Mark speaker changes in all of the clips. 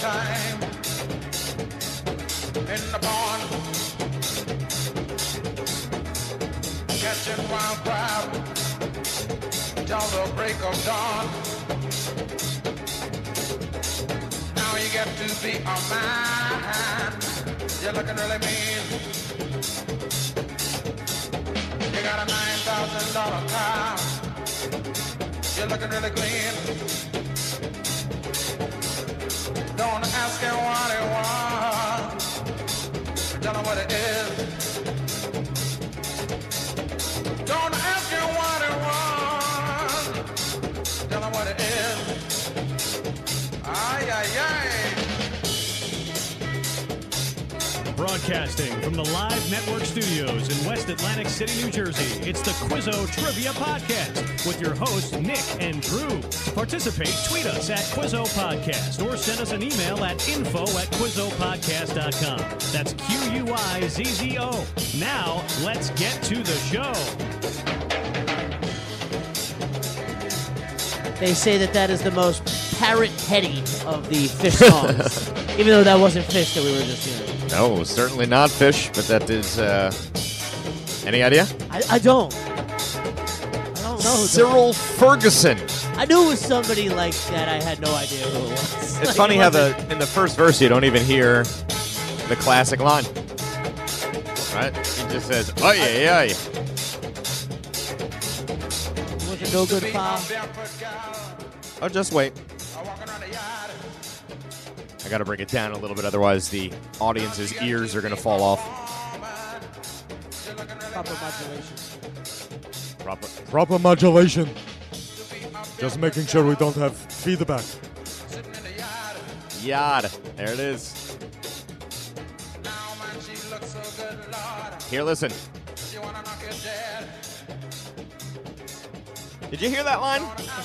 Speaker 1: time in the barn, catching wild crowd till the break of dawn. Now you get to be a man. You're looking really mean. You got a nine thousand dollar car. You're looking really clean. Don't ask him what he wants. Tell him what it is. Don't ask him what he wants. Tell him what it is. Ay, ay, ay.
Speaker 2: Broadcasting from the Live Network Studios in West Atlantic City, New Jersey, it's the Quizzo Trivia Podcast with your hosts, Nick and Drew. To participate, tweet us at Quizzo Podcast or send us an email at info at QuizzoPodcast.com. That's Q U I Z Z O. Now, let's get to the show.
Speaker 3: They say that that is the most parrot heady of the fish songs, even though that wasn't fish that we were just hearing.
Speaker 4: No, certainly not fish, but that is. Uh, any idea?
Speaker 3: I, I don't. I don't know. who the-
Speaker 4: Cyril Ferguson.
Speaker 3: I knew it was somebody like that. I had no idea who it was.
Speaker 4: It's funny how the in the first verse you don't even hear the classic line. Right? It just says, "Oh yeah, yeah."
Speaker 3: was a no good
Speaker 1: Be
Speaker 3: pal.
Speaker 1: a barefoot gal,
Speaker 4: Oh, just wait.
Speaker 1: a walking around the yard.
Speaker 4: I got to break it down a little bit, otherwise the audience's ears are gonna fall off.
Speaker 1: Woman, you're looking really
Speaker 3: Proper
Speaker 1: fine.
Speaker 3: modulation.
Speaker 4: Proper.
Speaker 5: Proper modulation.
Speaker 1: Be a
Speaker 5: Just
Speaker 1: barefoot
Speaker 5: making sure we
Speaker 1: gal,
Speaker 5: don't have feedback.
Speaker 1: Sitting in the yard.
Speaker 4: Yard. There it is.
Speaker 1: Now, man, she looks so good, Lord.
Speaker 4: Here, listen.
Speaker 1: She wanna knock it dead.
Speaker 4: Did you hear that line?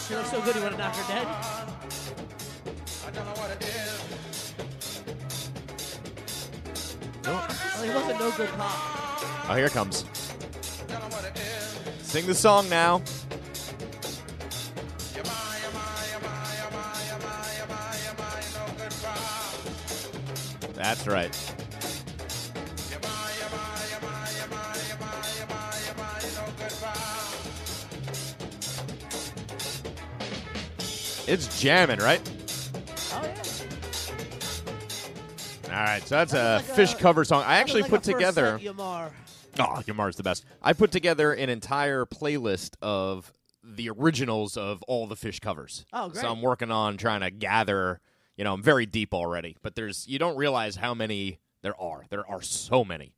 Speaker 3: She looks so good. You want to knock her dead?
Speaker 1: I don't know what it is.
Speaker 3: Well, he was a no good pal.
Speaker 4: Oh, here it comes.
Speaker 1: Tell 'em what it is.
Speaker 4: Sing the song now.
Speaker 1: Am I, am I, am I, am I, am I, am I, am I no good crowd?
Speaker 4: That's right.
Speaker 1: Am I, am I, am I, am I, am I, am I, am I no good crowd?
Speaker 4: It's jamming, right?
Speaker 3: Oh yeah.
Speaker 4: All right, so that's a
Speaker 3: Sounds like
Speaker 4: fish
Speaker 3: a-
Speaker 4: cover song. I actually
Speaker 3: Sounded
Speaker 4: put
Speaker 3: like a first
Speaker 4: together.
Speaker 3: set Yamar.
Speaker 4: Oh, Yamar's the best. I put together an entire playlist of the originals of all the fish covers.
Speaker 3: Oh, great.
Speaker 4: So I'm working on trying to gather, you know, I'm very deep already, but there's you don't realize how many there are. There are so many.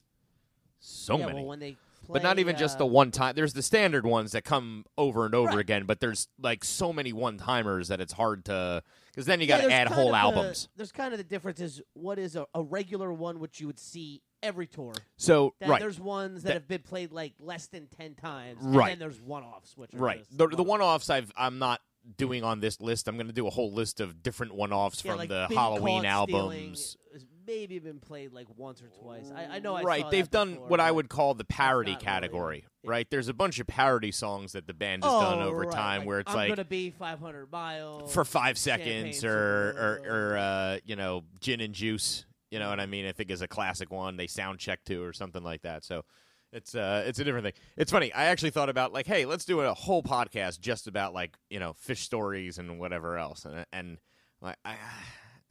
Speaker 4: So
Speaker 3: yeah,
Speaker 4: many.
Speaker 3: well, when they
Speaker 4: but not
Speaker 3: play,
Speaker 4: even just
Speaker 3: uh,
Speaker 4: the one time. There's the standard ones that come over and over
Speaker 3: Right.
Speaker 4: again, but there's like so many one timers that it's hard to cuz then you
Speaker 3: Yeah,
Speaker 4: got to
Speaker 3: there's
Speaker 4: add
Speaker 3: kind
Speaker 4: whole
Speaker 3: of the-
Speaker 4: albums.
Speaker 3: there's kind of the difference is what is a, a regular one which you would see every tour.
Speaker 4: So,
Speaker 3: That
Speaker 4: right.
Speaker 3: There's ones that,
Speaker 4: That-
Speaker 3: have been played like less than ten times. And
Speaker 4: Right.
Speaker 3: then there's one offs, which are
Speaker 4: Right.
Speaker 3: just
Speaker 4: The, the
Speaker 3: one-offs.
Speaker 4: one offs I've I'm not doing on this list. I'm going to do a whole list of different one offs
Speaker 3: Yeah,
Speaker 4: from
Speaker 3: like
Speaker 4: the
Speaker 3: Been
Speaker 4: Halloween
Speaker 3: Caught Stealing
Speaker 4: albums.
Speaker 3: has maybe been played like once or twice. I, I know. I
Speaker 4: right.
Speaker 3: saw
Speaker 4: They've
Speaker 3: that
Speaker 4: done
Speaker 3: before,
Speaker 4: what I
Speaker 3: but-
Speaker 4: would call the parody
Speaker 3: not really-
Speaker 4: category.
Speaker 3: yeah.
Speaker 4: Right. There's a bunch of parody songs that the band has
Speaker 3: oh,
Speaker 4: done over
Speaker 3: right,
Speaker 4: time
Speaker 3: like,
Speaker 4: where it's
Speaker 3: I'm
Speaker 4: like
Speaker 3: gonna be 500 miles
Speaker 4: for five
Speaker 3: Champagne
Speaker 4: seconds or
Speaker 3: Supernova.
Speaker 4: or, or uh, you know gin and juice. You know what I mean? I think is a classic one. They sound check to or something like that. So. It's uh, it's a different thing. It's funny. I actually thought about like, hey, let's do a whole podcast just about like you know fish stories and whatever else, and and like I,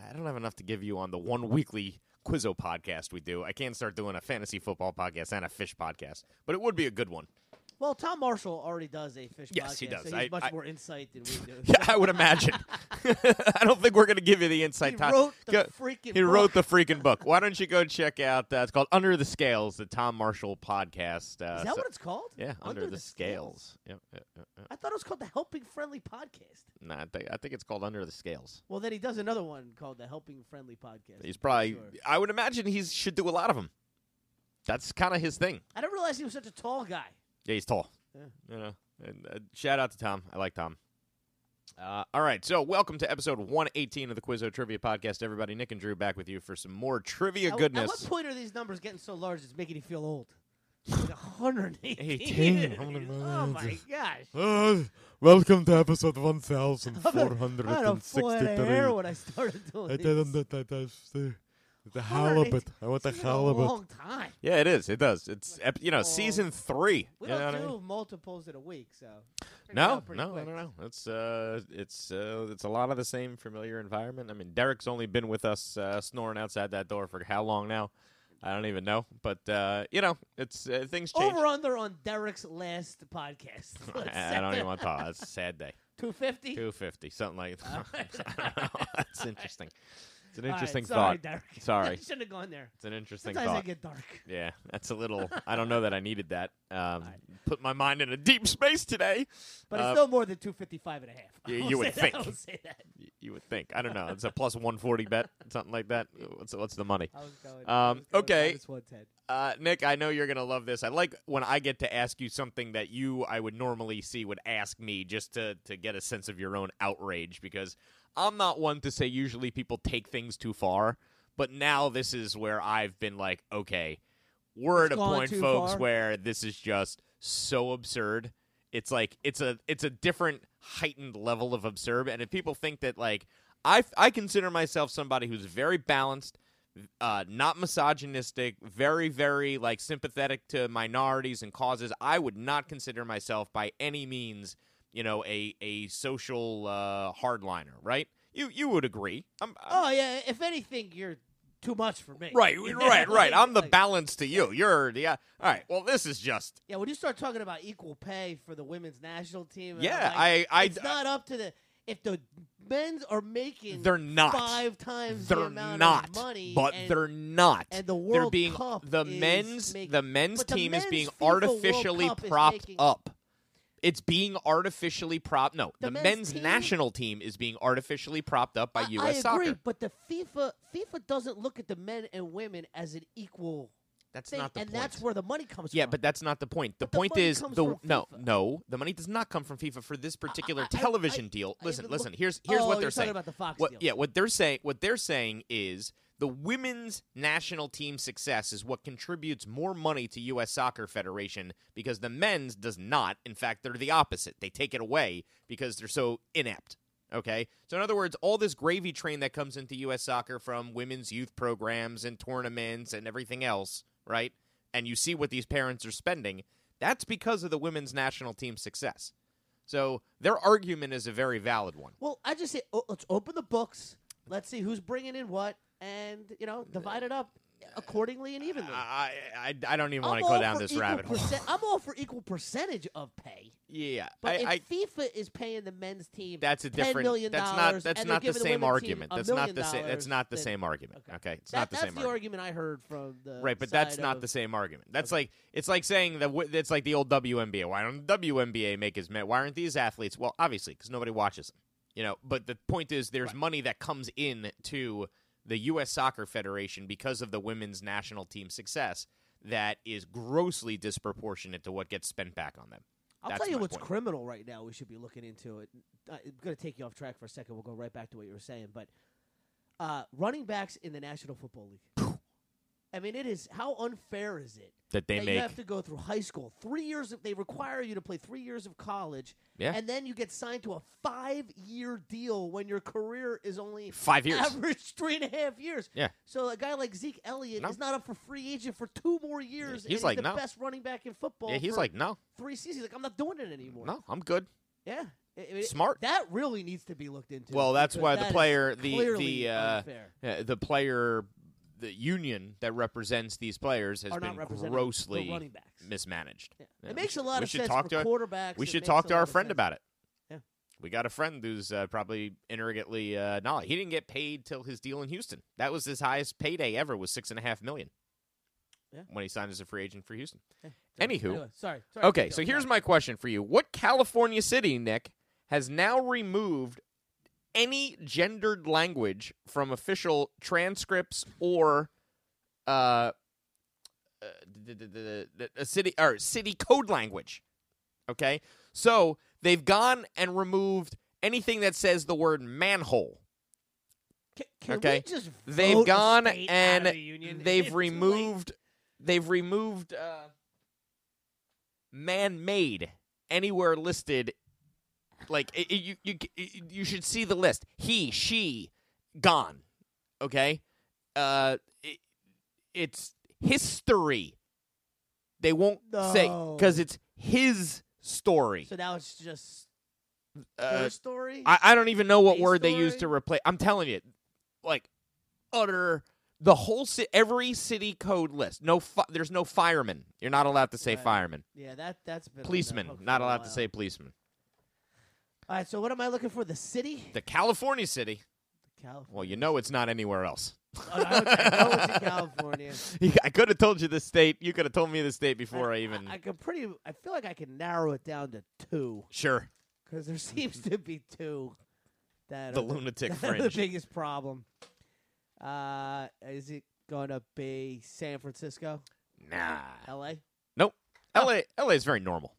Speaker 4: I don't have enough to give you on the one weekly Quizzo podcast we do. I can't start doing a fantasy football podcast and a fish podcast, but it would be a good one.
Speaker 3: Well, Tom Marshall already does a fish.
Speaker 4: Yes,
Speaker 3: podcast,
Speaker 4: he does.
Speaker 3: So he has
Speaker 4: I-
Speaker 3: much
Speaker 4: I-
Speaker 3: more insight than we do.
Speaker 4: Yeah, I would imagine. I don't think we're going to give you the insight.
Speaker 3: He
Speaker 4: Todd.
Speaker 3: wrote the
Speaker 4: Go-
Speaker 3: freaking
Speaker 4: He wrote the
Speaker 3: book.
Speaker 4: freaking book. Why don't you go check out? Uh, it's called Under the Scales, the Tom Marshall podcast. Uh,
Speaker 3: Is that
Speaker 4: so-
Speaker 3: what it's called?
Speaker 4: Yeah, Under, the, Scales. Yep, yep, yep, yep.
Speaker 3: I thought it was called the Helping Friendly Podcast.
Speaker 4: Nah, I think, I think it's called Under the Scales.
Speaker 3: Well, then he does another one called the Helping Friendly Podcast.
Speaker 4: He's
Speaker 3: I'm pretty
Speaker 4: probably.
Speaker 3: sure.
Speaker 4: I would imagine he should do a lot of them. That's kind of his thing.
Speaker 3: I didn't realize he was such a tall guy.
Speaker 4: Yeah, he's tall.
Speaker 3: Yeah.
Speaker 4: You know. And, uh, shout out to Tom. I like Tom. Uh, all right, so welcome to episode 118 of the Quizzo Trivia Podcast, everybody. Nick and Drew back with you for some more trivia
Speaker 3: At-
Speaker 4: goodness.
Speaker 3: At what point are these numbers getting so large it's making you feel old? Like,
Speaker 4: Eighteen
Speaker 3: 118.
Speaker 5: hundred
Speaker 3: oh my gosh.
Speaker 5: Uh, welcome to episode
Speaker 3: I don't fall out of
Speaker 5: 1463.
Speaker 3: hair when I started doing
Speaker 5: I
Speaker 3: this.
Speaker 5: did the, the, the, the, the halibut. I want the
Speaker 3: It's been a
Speaker 5: halibut.
Speaker 3: long time.
Speaker 4: Yeah, it is. It does. It's ep- you know season three.
Speaker 3: Oh. We
Speaker 4: you know
Speaker 3: don't
Speaker 4: what I
Speaker 3: do
Speaker 4: mean?
Speaker 3: multiples in a week, so. figure it
Speaker 4: No,
Speaker 3: out pretty
Speaker 4: no, I
Speaker 3: quick.
Speaker 4: don't know. It's uh, it's uh, it's a lot of the same familiar environment. I mean, Derek's only been with us uh, snoring outside that door for how long now? I don't even know. But uh, you know, it's uh, things change.
Speaker 3: Over under on Derek's last podcast.
Speaker 4: I, I don't even want to talk. It's a sad day.
Speaker 3: 250?
Speaker 4: Two fifty, something like that. I don't know. That's interesting. It's an
Speaker 3: All right,
Speaker 4: interesting
Speaker 3: sorry,
Speaker 4: thought.
Speaker 3: Derek. I
Speaker 4: Sorry,
Speaker 3: shouldn't have gone there.
Speaker 4: it's an interesting
Speaker 3: Sometimes I
Speaker 4: thought.
Speaker 3: get dark.
Speaker 4: Yeah, that's a little. I don't know that I needed that. Um, Put my mind in a deep space today.
Speaker 3: But
Speaker 4: Uh,
Speaker 3: it's no more than 255 and a half. I
Speaker 4: y-
Speaker 3: will
Speaker 4: you
Speaker 3: say
Speaker 4: would
Speaker 3: that,
Speaker 4: think.
Speaker 3: I will say that.
Speaker 4: y- you would think. I don't know. It's a plus 140 bet, something like that. What's, what's the money?
Speaker 3: I was going.
Speaker 4: Um, okay.
Speaker 3: It's 110.
Speaker 4: Uh, Nick, I know you're going to love this. I like when I get to ask you something that you, I would normally see, would ask me just to, to get a sense of your own outrage because I'm not one to say usually people take things too far. But now this is where I've been like, okay, we're
Speaker 3: It's
Speaker 4: at a
Speaker 3: gone
Speaker 4: point,
Speaker 3: too
Speaker 4: folks,
Speaker 3: far.
Speaker 4: where this is just so absurd. It's like it's a it's a different heightened level of absurd. And if people think that like I I consider myself somebody who's very balanced, uh, not misogynistic, very very like sympathetic to minorities and causes, I would not consider myself by any means you know a a social uh, hardliner. Right? You you would agree? I'm, I'm-
Speaker 3: Oh yeah. If anything, you're too much for me.
Speaker 4: Right,
Speaker 3: You know,
Speaker 4: right, right.
Speaker 3: like-
Speaker 4: I'm the
Speaker 3: Oh, like-
Speaker 4: balance to you. You're the. Uh, all right. Well, this is just.
Speaker 3: Yeah, when you start talking about equal pay for the women's national team, and I'm
Speaker 4: Yeah,
Speaker 3: like,
Speaker 4: I- I-
Speaker 3: it's not up to the. If the men's are making,
Speaker 4: They're not.
Speaker 3: five times the
Speaker 4: They're
Speaker 3: amount
Speaker 4: not.
Speaker 3: of money,
Speaker 4: but
Speaker 3: and,
Speaker 4: they're not.
Speaker 3: and the
Speaker 4: they're
Speaker 3: World
Speaker 4: being
Speaker 3: Cup
Speaker 4: the
Speaker 3: is
Speaker 4: men's
Speaker 3: making-
Speaker 4: the men's
Speaker 3: but the
Speaker 4: team is
Speaker 3: men's
Speaker 4: being
Speaker 3: FIFA World
Speaker 4: artificially
Speaker 3: Cup is
Speaker 4: propped
Speaker 3: making-
Speaker 4: up. It's being artificially propped. No,
Speaker 3: The
Speaker 4: the,
Speaker 3: men's
Speaker 4: men's
Speaker 3: team-
Speaker 4: national team is being artificially propped up by
Speaker 3: I,
Speaker 4: U.S.
Speaker 3: I agree,
Speaker 4: soccer.
Speaker 3: but the FIFA FIFA doesn't look at the men and women as an equal
Speaker 4: That's
Speaker 3: thing,
Speaker 4: not the
Speaker 3: and
Speaker 4: point.
Speaker 3: that's where the money comes
Speaker 4: yeah,
Speaker 3: from.
Speaker 4: but that's not the point. The
Speaker 3: But the
Speaker 4: point
Speaker 3: money
Speaker 4: is
Speaker 3: comes
Speaker 4: the
Speaker 3: from
Speaker 4: no,
Speaker 3: FIFA.
Speaker 4: no. The money does not come from FIFA for this particular
Speaker 3: I- I-
Speaker 4: television
Speaker 3: I-
Speaker 4: deal.
Speaker 3: I
Speaker 4: listen,
Speaker 3: even
Speaker 4: listen.
Speaker 3: look-
Speaker 4: Here's here's
Speaker 3: oh,
Speaker 4: what they're
Speaker 3: you're
Speaker 4: saying.
Speaker 3: talking about the Fox
Speaker 4: what,
Speaker 3: deal.
Speaker 4: Yeah, what they're saying what they're saying is the women's national team success is what contributes more money to US Soccer Federation because the men's does not. In fact, they're the opposite. They take it away because they're so inept. Okay? So in other words, all this gravy train that comes into US soccer from women's youth programs and tournaments and everything else, right? And you see what these parents are spending, that's because of the women's national team success. So their argument is a very valid one.
Speaker 3: Well, I just say o- let's open the books. Let's see who's bringing in what, and you know, divide it up accordingly and evenly.
Speaker 4: I, I, I don't even
Speaker 3: I'm
Speaker 4: want to go
Speaker 3: all
Speaker 4: down
Speaker 3: for
Speaker 4: this
Speaker 3: equal
Speaker 4: rabbit hole.
Speaker 3: percent- I'm all for equal percentage of pay,
Speaker 4: yeah,
Speaker 3: but
Speaker 4: I,
Speaker 3: if
Speaker 4: I,
Speaker 3: FIFA is paying the men's team,
Speaker 4: that's a
Speaker 3: $10
Speaker 4: different.
Speaker 3: million
Speaker 4: that's not.
Speaker 3: dollars,
Speaker 4: That's
Speaker 3: and they're
Speaker 4: not the
Speaker 3: giving
Speaker 4: same
Speaker 3: women's
Speaker 4: argument.
Speaker 3: team a
Speaker 4: That's not
Speaker 3: million
Speaker 4: the same. That's
Speaker 3: dollars,
Speaker 4: not the
Speaker 3: then-
Speaker 4: same argument.
Speaker 3: Okay.
Speaker 4: Okay, it's
Speaker 3: That-
Speaker 4: not the
Speaker 3: that's
Speaker 4: same.
Speaker 3: the
Speaker 4: argument.
Speaker 3: argument I heard from the
Speaker 4: Right, but that's
Speaker 3: side
Speaker 4: not
Speaker 3: of-
Speaker 4: the same argument. That's like it's like saying that w- it's like the old WNBA. Why don't the WNBA make as many? Why aren't these athletes? Well, obviously, because nobody watches them. You know, but the point is, there's money that comes in to the U.S. Soccer Federation because of the women's national team success that is grossly disproportionate to what gets spent back on them.
Speaker 3: I'll
Speaker 4: That's
Speaker 3: tell you
Speaker 4: my
Speaker 3: what's
Speaker 4: point.
Speaker 3: criminal right now. We should be looking into it. Uh, I'm going to take you off track for a second. We'll go right back to what you were saying, but uh, running backs in the National Football League. I mean, it is how unfair is it
Speaker 4: that they
Speaker 3: that
Speaker 4: make.
Speaker 3: you have to go through high school, three years. Of, they require you to play three years of college,
Speaker 4: Yeah.
Speaker 3: and then you get signed to a five-year deal when your career is only
Speaker 4: Five years.
Speaker 3: average three and a half years.
Speaker 4: Yeah.
Speaker 3: So a guy like Zeke Elliott
Speaker 4: No.
Speaker 3: is not up for free agent for two more years.
Speaker 4: he's
Speaker 3: and
Speaker 4: like,
Speaker 3: the
Speaker 4: no.
Speaker 3: best running back in football.
Speaker 4: yeah, he's
Speaker 3: for
Speaker 4: like, no,
Speaker 3: three seasons. Like I'm not doing it anymore.
Speaker 4: no, I'm good.
Speaker 3: Yeah. I- I mean,
Speaker 4: Smart.
Speaker 3: That really needs to be looked into.
Speaker 4: Well, that's
Speaker 3: because
Speaker 4: why the
Speaker 3: that is
Speaker 4: player- the-
Speaker 3: clearly
Speaker 4: the, uh,
Speaker 3: unfair.
Speaker 4: Uh, the player, the union that represents these players has
Speaker 3: Are not
Speaker 4: been
Speaker 3: representing the
Speaker 4: grossly
Speaker 3: running backs.
Speaker 4: mismanaged.
Speaker 3: Yeah.
Speaker 4: Yeah,
Speaker 3: It
Speaker 4: we
Speaker 3: makes a
Speaker 4: should-
Speaker 3: lot
Speaker 4: we
Speaker 3: of
Speaker 4: should
Speaker 3: sense
Speaker 4: talk
Speaker 3: for
Speaker 4: to our-
Speaker 3: quarterbacks.
Speaker 4: We
Speaker 3: It
Speaker 4: should
Speaker 3: makes
Speaker 4: talk
Speaker 3: a
Speaker 4: to
Speaker 3: lot
Speaker 4: our
Speaker 3: of
Speaker 4: friend
Speaker 3: sense.
Speaker 4: about it.
Speaker 3: Yeah.
Speaker 4: We got a friend who's uh, probably intricately uh, knowledge. He didn't get paid till his deal in Houston. That was his highest payday ever was six and a half million.
Speaker 3: Yeah.
Speaker 4: When he signed as a free agent for Houston.
Speaker 3: Sorry.
Speaker 4: Anywho.
Speaker 3: Anyway, sorry, sorry.
Speaker 4: Okay,
Speaker 3: Keep
Speaker 4: so
Speaker 3: going.
Speaker 4: here's
Speaker 3: Sorry.
Speaker 4: my question for you. What California city, Nick, has now removed any gendered language from official transcripts or uh, uh the, the, the, the, the city or city code language? Okay? So, they've gone and removed anything that says the word manhole.
Speaker 3: Ca- can
Speaker 4: okay.
Speaker 3: We just
Speaker 4: They've
Speaker 3: vote Oh, the
Speaker 4: gone
Speaker 3: state out of
Speaker 4: and
Speaker 3: the union?
Speaker 4: they've
Speaker 3: It's too late.
Speaker 4: removed they've removed uh man-made anywhere listed. Like it, it- you, you, it- you should see the list. He, she, gone. Okay, uh, it, it's history. They won't say
Speaker 3: No.
Speaker 4: because it's his story.
Speaker 3: So now it's just
Speaker 4: Uh,
Speaker 3: her story.
Speaker 4: I, I don't even know what
Speaker 3: A
Speaker 4: word they use to
Speaker 3: story?
Speaker 4: replace. I'm telling you, like utter the whole city, every city code list. No, fi- there's no fireman. You're not allowed to say
Speaker 3: Right.
Speaker 4: fireman.
Speaker 3: yeah, that that's been on the
Speaker 4: Policeman,
Speaker 3: hook for
Speaker 4: not
Speaker 3: a
Speaker 4: allowed to
Speaker 3: while.
Speaker 4: say policeman.
Speaker 3: All right, so what am I looking for? The city,
Speaker 4: The California city.
Speaker 3: California.
Speaker 4: Well, you know it's not anywhere else.
Speaker 3: Oh, no, I, don't- I know it's in California.
Speaker 4: I could have told you the state. You could have told me the state before I, even.
Speaker 3: I, I can pretty. I feel like I can narrow it down to two
Speaker 4: sure,
Speaker 3: because there seems to be two that
Speaker 4: the
Speaker 3: are the,
Speaker 4: lunatic
Speaker 3: that are the
Speaker 4: fringe.
Speaker 3: biggest problem. Uh, is it going to be San Francisco,
Speaker 4: Nah,
Speaker 3: L.A.? Oh.
Speaker 4: L.A. L.A. is very normal.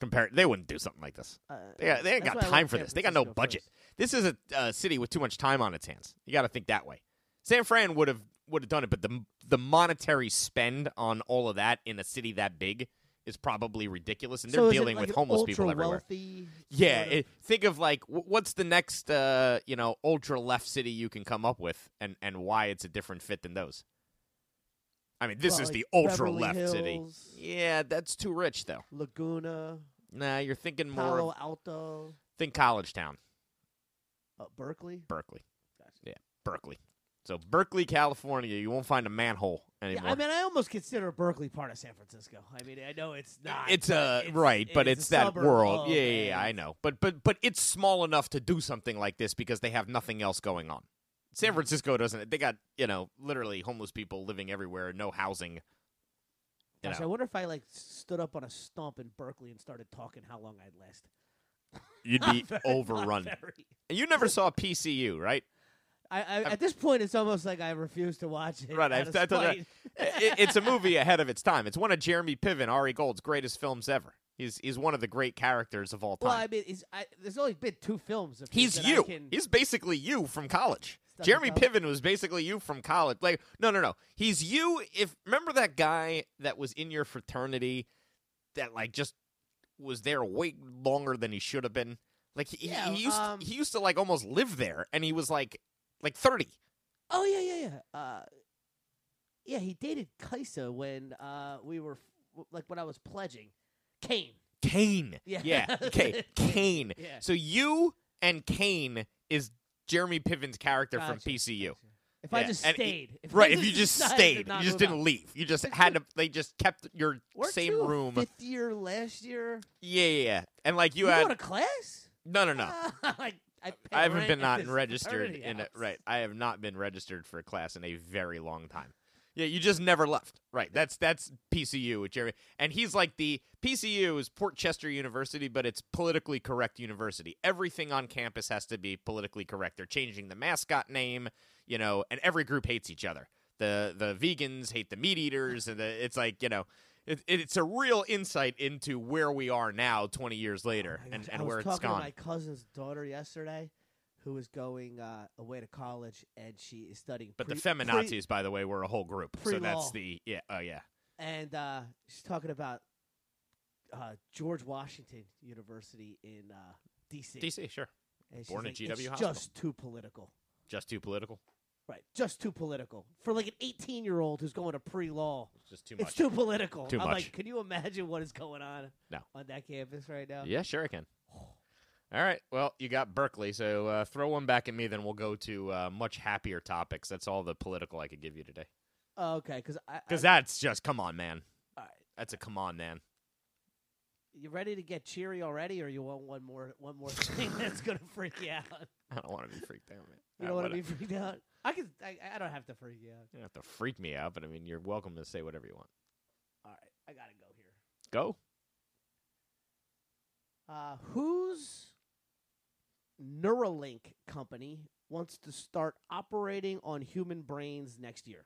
Speaker 4: Compared, they wouldn't do something like this.
Speaker 3: Uh,
Speaker 4: They, got- they ain't
Speaker 3: that's
Speaker 4: got
Speaker 3: why I
Speaker 4: time
Speaker 3: went
Speaker 4: for
Speaker 3: San
Speaker 4: this. They got no
Speaker 3: Francisco
Speaker 4: budget.
Speaker 3: first.
Speaker 4: This is a uh, city with too much time on its hands. You got to think that way. San Fran would have would have done it, but the the monetary spend on all of that in a city that big is probably ridiculous, and they're
Speaker 3: So is it
Speaker 4: dealing
Speaker 3: like
Speaker 4: with
Speaker 3: an
Speaker 4: homeless people everywhere.
Speaker 3: ultra-wealthy
Speaker 4: Yeah,
Speaker 3: sort of-
Speaker 4: it, think of like wh- what's the next uh, you know ultra left city you can come up with, and and why it's a different fit than those. I mean, this
Speaker 3: Well,
Speaker 4: is
Speaker 3: like
Speaker 4: the ultra
Speaker 3: Beverly
Speaker 4: left city.
Speaker 3: Hills,
Speaker 4: Yeah, that's too rich though.
Speaker 3: Laguna,
Speaker 4: Nah, you're thinking more.
Speaker 3: Palo
Speaker 4: Of,
Speaker 3: Alto,
Speaker 4: think college town,
Speaker 3: uh, Berkeley.
Speaker 4: Berkeley.
Speaker 3: Gotcha.
Speaker 4: Yeah, Berkeley. So Berkeley, California, you won't find a manhole
Speaker 3: Yeah,
Speaker 4: anymore.
Speaker 3: I mean, I almost consider Berkeley part of San Francisco. I mean, I know it's not.
Speaker 4: it's
Speaker 3: but
Speaker 4: uh right, but
Speaker 3: a
Speaker 4: it's, that
Speaker 3: suburb
Speaker 4: world.
Speaker 3: of,
Speaker 4: Yeah, yeah, yeah,
Speaker 3: uh,
Speaker 4: I know. But but but it's small enough to do something like this because they have nothing else going on. San
Speaker 3: Mm-hmm.
Speaker 4: Francisco doesn't. They got you know literally homeless people living everywhere, no housing. You
Speaker 3: Gosh, I
Speaker 4: know.
Speaker 3: wonder if I like stood up on a stump in Berkeley and started talking, how long I'd last.
Speaker 4: You'd be
Speaker 3: Not
Speaker 4: overrun.
Speaker 3: very.
Speaker 4: And you never saw PCU, right?
Speaker 3: I, I, at this point, it's almost like I refuse to watch it.
Speaker 4: Right,
Speaker 3: out
Speaker 4: I've
Speaker 3: of
Speaker 4: I told you-
Speaker 3: spite.
Speaker 4: it, it's a movie ahead of its time. It's one of Jeremy Piven, Ari Gold's greatest films ever. He's he's one of the great characters of all time.
Speaker 3: Well, I mean, it's, I, there's only been two films. Of his
Speaker 4: He's
Speaker 3: that I
Speaker 4: you.
Speaker 3: can-
Speaker 4: He's basically you from college.
Speaker 3: Stuff
Speaker 4: Jeremy
Speaker 3: yourself.
Speaker 4: Piven was basically you from college. Like, no, no, no. He's you. If remember that guy that was in your fraternity, that like just was there way longer than he should have been. Like he, he-
Speaker 3: Yeah,
Speaker 4: he used
Speaker 3: um,
Speaker 4: he used to like almost live there, and he was like like thirty.
Speaker 3: Oh yeah, yeah, yeah. Uh, yeah, he dated Kaisa when uh, we were f- like when I was pledging. Kane.
Speaker 4: Kane.
Speaker 3: Yeah.
Speaker 4: Yeah. Okay. Kane.
Speaker 3: Yeah.
Speaker 4: So you and Kane is Jeremy Piven's character from
Speaker 3: Gotcha.
Speaker 4: PCU.
Speaker 3: If I
Speaker 4: Yeah,
Speaker 3: just
Speaker 4: and it-
Speaker 3: stayed. if I
Speaker 4: Right, if you just
Speaker 3: decided to
Speaker 4: stayed,
Speaker 3: not
Speaker 4: you just
Speaker 3: move
Speaker 4: didn't
Speaker 3: out.
Speaker 4: leave. You just
Speaker 3: But
Speaker 4: had to. They just kept your
Speaker 3: Weren't
Speaker 4: same
Speaker 3: you a
Speaker 4: room.
Speaker 3: Fifth year last year.
Speaker 4: Yeah, yeah, yeah. And like you,
Speaker 3: You
Speaker 4: had
Speaker 3: go to class?
Speaker 4: no, no, no.
Speaker 3: I, I, pay
Speaker 4: I haven't
Speaker 3: rent
Speaker 4: been
Speaker 3: at
Speaker 4: not
Speaker 3: this
Speaker 4: registered
Speaker 3: fraternity
Speaker 4: in a,
Speaker 3: house.
Speaker 4: right. I have not been registered for a class in a very long time. Yeah, you just never left. Right. That's that's PCU with Jeremy, and he's like the PCU is Port Chester University, but it's politically correct university. Everything on campus has to be politically correct. They're changing the mascot name, you know, and every group hates each other. The the vegans hate the meat eaters, and the, it's like you know. It, it's a real insight into where we are now, twenty years later,
Speaker 3: Oh my
Speaker 4: and,
Speaker 3: gosh,
Speaker 4: and
Speaker 3: I
Speaker 4: where
Speaker 3: was
Speaker 4: it's
Speaker 3: talking
Speaker 4: gone.
Speaker 3: to my cousin's daughter yesterday, who was going uh, away to college, and she is studying.
Speaker 4: But the
Speaker 3: pre- pre-
Speaker 4: feminazis, by the way, were a whole group. So that's
Speaker 3: pre-law.
Speaker 4: the yeah. Oh yeah.
Speaker 3: and uh, she's talking about uh, George Washington University in uh, D.C.
Speaker 4: DC, sure.
Speaker 3: And she's
Speaker 4: born in
Speaker 3: like,
Speaker 4: GW
Speaker 3: "It's
Speaker 4: Hospital."
Speaker 3: Just too political,
Speaker 4: Just too political.
Speaker 3: right? Just too political for like an 18 year old who's going to pre-law.
Speaker 4: It's just too
Speaker 3: It's too political.
Speaker 4: Too
Speaker 3: I'm
Speaker 4: much.
Speaker 3: like, can you imagine what is going on?
Speaker 4: No.
Speaker 3: on that campus right now.
Speaker 4: yeah, sure I can. All right. Well, you got Berkeley, so uh, throw one back at me, then we'll go to uh, much happier topics. That's all the political I could give you today.
Speaker 3: Oh, okay, because I, I
Speaker 4: Because that's just come on, man.
Speaker 3: all right.
Speaker 4: That's a come on, man.
Speaker 3: You ready to get cheery already, or you want one more one more thing that's gonna freak you out?
Speaker 4: I don't want to be freaked out, man.
Speaker 3: You
Speaker 4: I
Speaker 3: don't want to be
Speaker 4: wanna-
Speaker 3: freaked out. I can. I, I don't have to freak you out.
Speaker 4: You don't have to freak me out, but I mean, you're welcome to say whatever you want.
Speaker 3: All right, I gotta go here.
Speaker 4: Go.
Speaker 3: Uh, whose Neuralink company wants to start operating on human brains next year?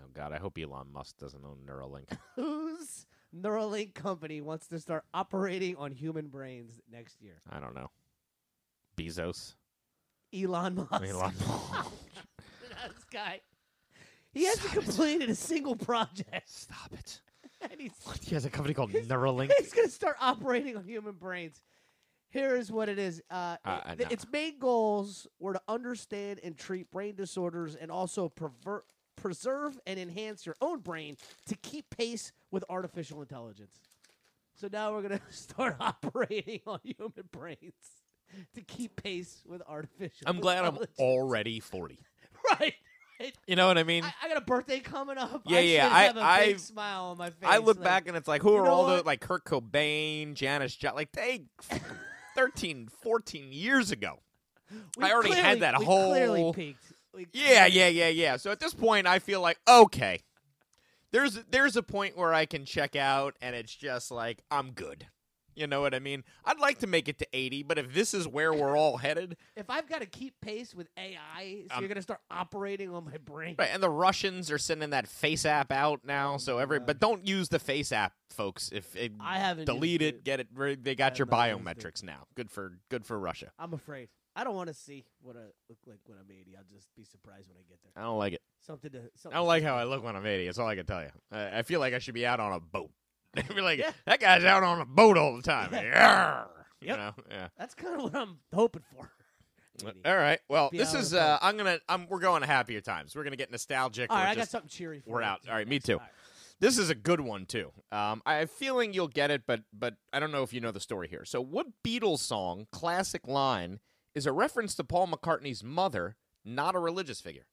Speaker 4: Oh God, I hope Elon Musk doesn't own Neuralink.
Speaker 3: Whose Neuralink company wants to start operating on human brains next year?
Speaker 4: I don't know. Bezos.
Speaker 3: Elon Musk.
Speaker 4: Elon Musk.
Speaker 3: this guy. He hasn't completed a single project.
Speaker 4: Stop it.
Speaker 3: and he's
Speaker 4: He has a company called Neuralink.
Speaker 3: It's going to start operating on human brains. Here is what it is. Uh,
Speaker 4: Uh,
Speaker 3: it-
Speaker 4: no.
Speaker 3: Its main goals were to understand and treat brain disorders and also pervert, preserve and enhance your own brain to keep pace with artificial intelligence. So now we're going to start operating on human brains to keep pace with artificial
Speaker 4: I'm glad I'm
Speaker 3: intelligence.
Speaker 4: already 40.
Speaker 3: Right. right.
Speaker 4: You know what I mean?
Speaker 3: I, I got a birthday coming up.
Speaker 4: Yeah,
Speaker 3: I
Speaker 4: yeah,
Speaker 3: should
Speaker 4: I-
Speaker 3: have a big
Speaker 4: I-
Speaker 3: smile on my face.
Speaker 4: I look
Speaker 3: like-
Speaker 4: back and it's like, who
Speaker 3: You
Speaker 4: are
Speaker 3: know
Speaker 4: all the
Speaker 3: what?
Speaker 4: like Kurt Cobain, Janis Joplin? Like they, 13, 14 years ago.
Speaker 3: We
Speaker 4: I already had
Speaker 3: clearly-
Speaker 4: that
Speaker 3: we
Speaker 4: whole-
Speaker 3: clearly peaked. We-
Speaker 4: Yeah, yeah, yeah, yeah. So at this point, I feel like okay, there's there's a point where I can check out, and it's just like I'm good. You know what I mean? I'd like to make it to 80, but if this is where we're all headed,
Speaker 3: If I've got to keep pace with AI, so
Speaker 4: Um,
Speaker 3: you're gonna start operating on my brain.
Speaker 4: right? And the Russians are sending that face app out now, so every but don't use the face app, folks. If it,
Speaker 3: I haven't
Speaker 4: delete
Speaker 3: used
Speaker 4: it,
Speaker 3: it.
Speaker 4: get it. rid- They
Speaker 3: I
Speaker 4: got your
Speaker 3: have not used it.
Speaker 4: biometrics now. Good for good for Russia.
Speaker 3: I'm afraid. I don't want to see what I look like when I'm 80. I'll just be surprised when I get there.
Speaker 4: I don't like it.
Speaker 3: Something to. Something
Speaker 4: I Oh. don't like how I look when I'm 80. That's all I can tell you. I, I feel like I should be out on a boat. be like,
Speaker 3: Yeah.
Speaker 4: that guy's out on a boat all the time. Yarr! You
Speaker 3: Yep.
Speaker 4: know? Yeah.
Speaker 3: That's kind of what I'm hoping for. E. Maybe.
Speaker 4: All right. Well,
Speaker 3: Be
Speaker 4: this
Speaker 3: out on
Speaker 4: is.
Speaker 3: a boat.
Speaker 4: Uh, I'm gonna. I'm. We're going to happier times. We're gonna get nostalgic.
Speaker 3: All
Speaker 4: We're
Speaker 3: right, I got
Speaker 4: just-
Speaker 3: something cheery for
Speaker 4: we're
Speaker 3: you.
Speaker 4: out. All right, me
Speaker 3: Next.
Speaker 4: too.
Speaker 3: All right.
Speaker 4: This is a good one too. Um, I have a feeling you'll get it, but but I don't know if you know the story here. So, what Beatles song classic line is a reference to Paul McCartney's mother, not a religious figure?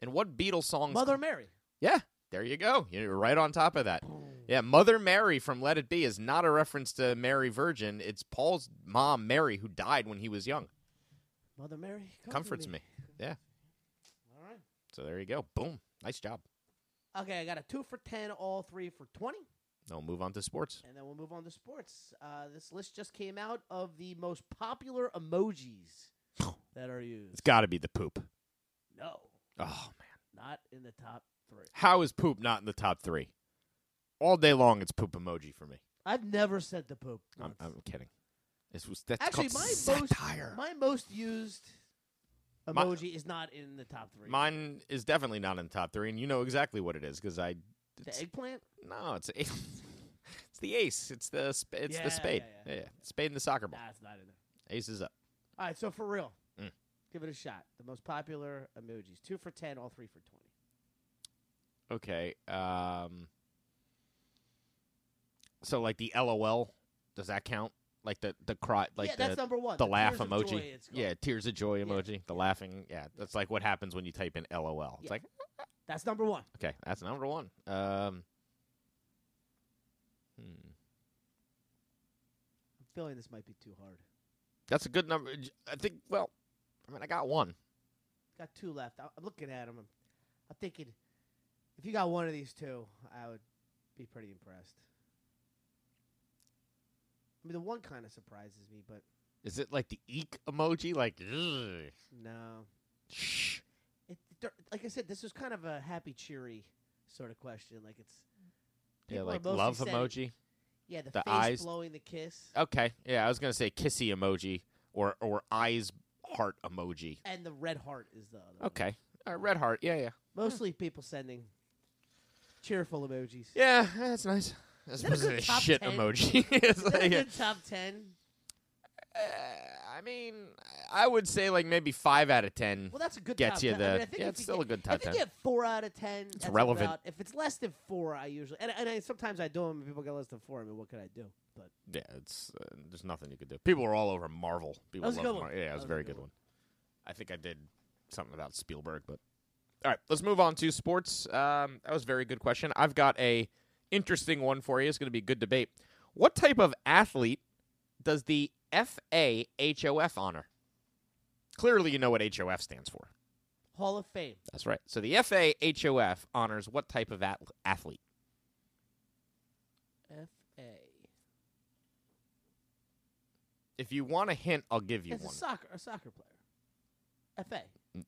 Speaker 4: And what Beatles song?
Speaker 3: Mother Mary.
Speaker 4: Yeah, there you go. You're right on top of that. Yeah, Mother Mary from Let It Be is not a reference to Mary Virgin. It's Paul's mom, Mary, who died when he was young.
Speaker 3: Mother Mary comfort
Speaker 4: Comforts me. Yeah.
Speaker 3: All right.
Speaker 4: So there you go. Boom. Nice job.
Speaker 3: Okay, I got a two for ten, all three for twenty.
Speaker 4: Now we'll move on to sports.
Speaker 3: And then we'll move on to sports. Uh, this list just came out of the most popular emojis that are
Speaker 4: It's
Speaker 3: used.
Speaker 4: got to be the poop.
Speaker 3: No,
Speaker 4: Oh man,
Speaker 3: not in the top three.
Speaker 4: how is poop not in the top three? All day long, it's poop emoji for me.
Speaker 3: I've never sent the poop.
Speaker 4: I'm,
Speaker 3: once.
Speaker 4: I'm kidding. It's was that's
Speaker 3: Actually,
Speaker 4: called
Speaker 3: my
Speaker 4: satire.
Speaker 3: most my most used
Speaker 4: My-
Speaker 3: emoji is not in the top three.
Speaker 4: Mine is definitely not in the top three, and you know exactly what it is because I.
Speaker 3: the
Speaker 4: it's-
Speaker 3: eggplant.
Speaker 4: No, it's it's the ace. It's the sp- it's
Speaker 3: Yeah, yeah,
Speaker 4: the spade.
Speaker 3: yeah.
Speaker 4: Yeah, yeah. spade and the soccer
Speaker 3: Nah,
Speaker 4: ball.
Speaker 3: it's not in there.
Speaker 4: Ace is up.
Speaker 3: All right, so for real,
Speaker 4: Mm.
Speaker 3: give it a shot. The most popular emojis: two for ten, all three for twenty.
Speaker 4: Okay. Um. So like the LOL, does that count? Like the the cry, like
Speaker 3: yeah,
Speaker 4: the
Speaker 3: that's number one.
Speaker 4: the, laugh
Speaker 3: tears of
Speaker 4: emoji.
Speaker 3: joy it's called.
Speaker 4: yeah, tears of joy
Speaker 3: Yeah.
Speaker 4: emoji. The laughing. Yeah, that's like what happens when you type in LOL.
Speaker 3: Yeah.
Speaker 4: It's like
Speaker 3: that's number one.
Speaker 4: okay, that's number one. Um. hmm.
Speaker 3: I'm feeling this might be too hard.
Speaker 4: That's a good number. J- I think. Well, I mean, I got one.
Speaker 3: Got two left. I- I'm looking at them. I'm, I'm thinking, if you got one of these two, I would be pretty impressed. I mean, the one kind of surprises me, but
Speaker 4: Is it like the eek emoji? Like, "Ugh,
Speaker 3: no.
Speaker 4: shh.
Speaker 3: It, they're- like I said, this was kind of a happy, cheery sort of question. Like it's
Speaker 4: Yeah,
Speaker 3: people are
Speaker 4: like
Speaker 3: mostly
Speaker 4: love
Speaker 3: saying-
Speaker 4: emoji.
Speaker 3: yeah, the,
Speaker 4: The
Speaker 3: face
Speaker 4: eyes- Oh.
Speaker 3: blowing the kiss
Speaker 4: Okay. Yeah, I was gonna say kissy emoji or or eyes heart emoji.
Speaker 3: and the red heart is the other. one.
Speaker 4: Okay. Uh, red heart. Yeah, yeah.
Speaker 3: Mostly people sending cheerful emojis.
Speaker 4: Yeah, that's nice. As
Speaker 3: Is that a
Speaker 4: opposed to
Speaker 3: good
Speaker 4: the
Speaker 3: top
Speaker 4: shit
Speaker 3: 10?
Speaker 4: emoji. It's
Speaker 3: Is that a
Speaker 4: like,
Speaker 3: good top ten?
Speaker 4: uh, I mean, I would say like maybe five out of ten.
Speaker 3: Well, that's a good
Speaker 4: Gets
Speaker 3: top
Speaker 4: you
Speaker 3: 10. I mean,
Speaker 4: the-
Speaker 3: I think
Speaker 4: yeah,
Speaker 3: if
Speaker 4: it's
Speaker 3: you
Speaker 4: still
Speaker 3: get-
Speaker 4: a good
Speaker 3: If
Speaker 4: top
Speaker 3: you
Speaker 4: 10.
Speaker 3: get four out of ten, it's
Speaker 4: relevant.
Speaker 3: If it's less than four, I usually and, and I, sometimes I do them. And people get less than four. I mean, what can I do? But
Speaker 4: yeah, it's uh, there's nothing you could do. People were all over Marvel. People
Speaker 3: was a
Speaker 4: love
Speaker 3: good one.
Speaker 4: Mar- Yeah, it
Speaker 3: That
Speaker 4: was a very good one. I think I did something about Spielberg, but all right, let's move on to sports. Um, that was a very good question. I've got a interesting one for you. It's going to be a good debate. What type of athlete does the FAHOF honor? Clearly, you know what HOF stands for.
Speaker 3: Hall of Fame.
Speaker 4: That's right. So the FAHOF honors what type of at- athlete?
Speaker 3: F A.
Speaker 4: If you want a hint, I'll give you
Speaker 3: It's a
Speaker 4: one.
Speaker 3: soccer a soccer player. F A.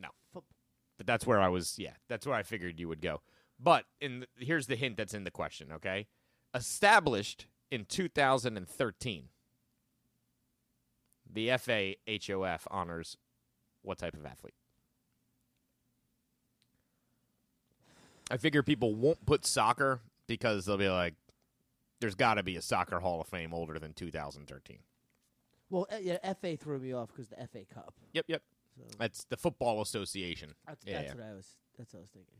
Speaker 4: no.
Speaker 3: Football.
Speaker 4: But that's where I was. Yeah, that's where I figured you would go. But in the, here's the hint that's in the question. Okay, established in 2013, the FAHOF honors what type of athlete? I figure people won't put soccer because they'll be like, "There's got to be a soccer Hall of Fame older than 2013."
Speaker 3: Well, eh, yeah, FA threw me off because the FA Cup.
Speaker 4: Yep, yep.
Speaker 3: So
Speaker 4: That's the Football Association.
Speaker 3: that's,
Speaker 4: yeah,
Speaker 3: that's
Speaker 4: yeah.
Speaker 3: what I was. That's what I was thinking.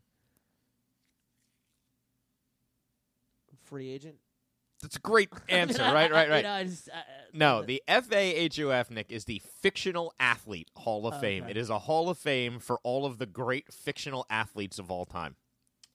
Speaker 3: Free agent
Speaker 4: That's a great answer. right,
Speaker 3: You
Speaker 4: right, right.
Speaker 3: know, I just, I- I-
Speaker 4: No, the FAHOF, Nick, is the Fictional Athlete Hall of
Speaker 3: Oh,
Speaker 4: Fame.
Speaker 3: okay.
Speaker 4: It is a Hall of Fame for all of the great fictional athletes of all time.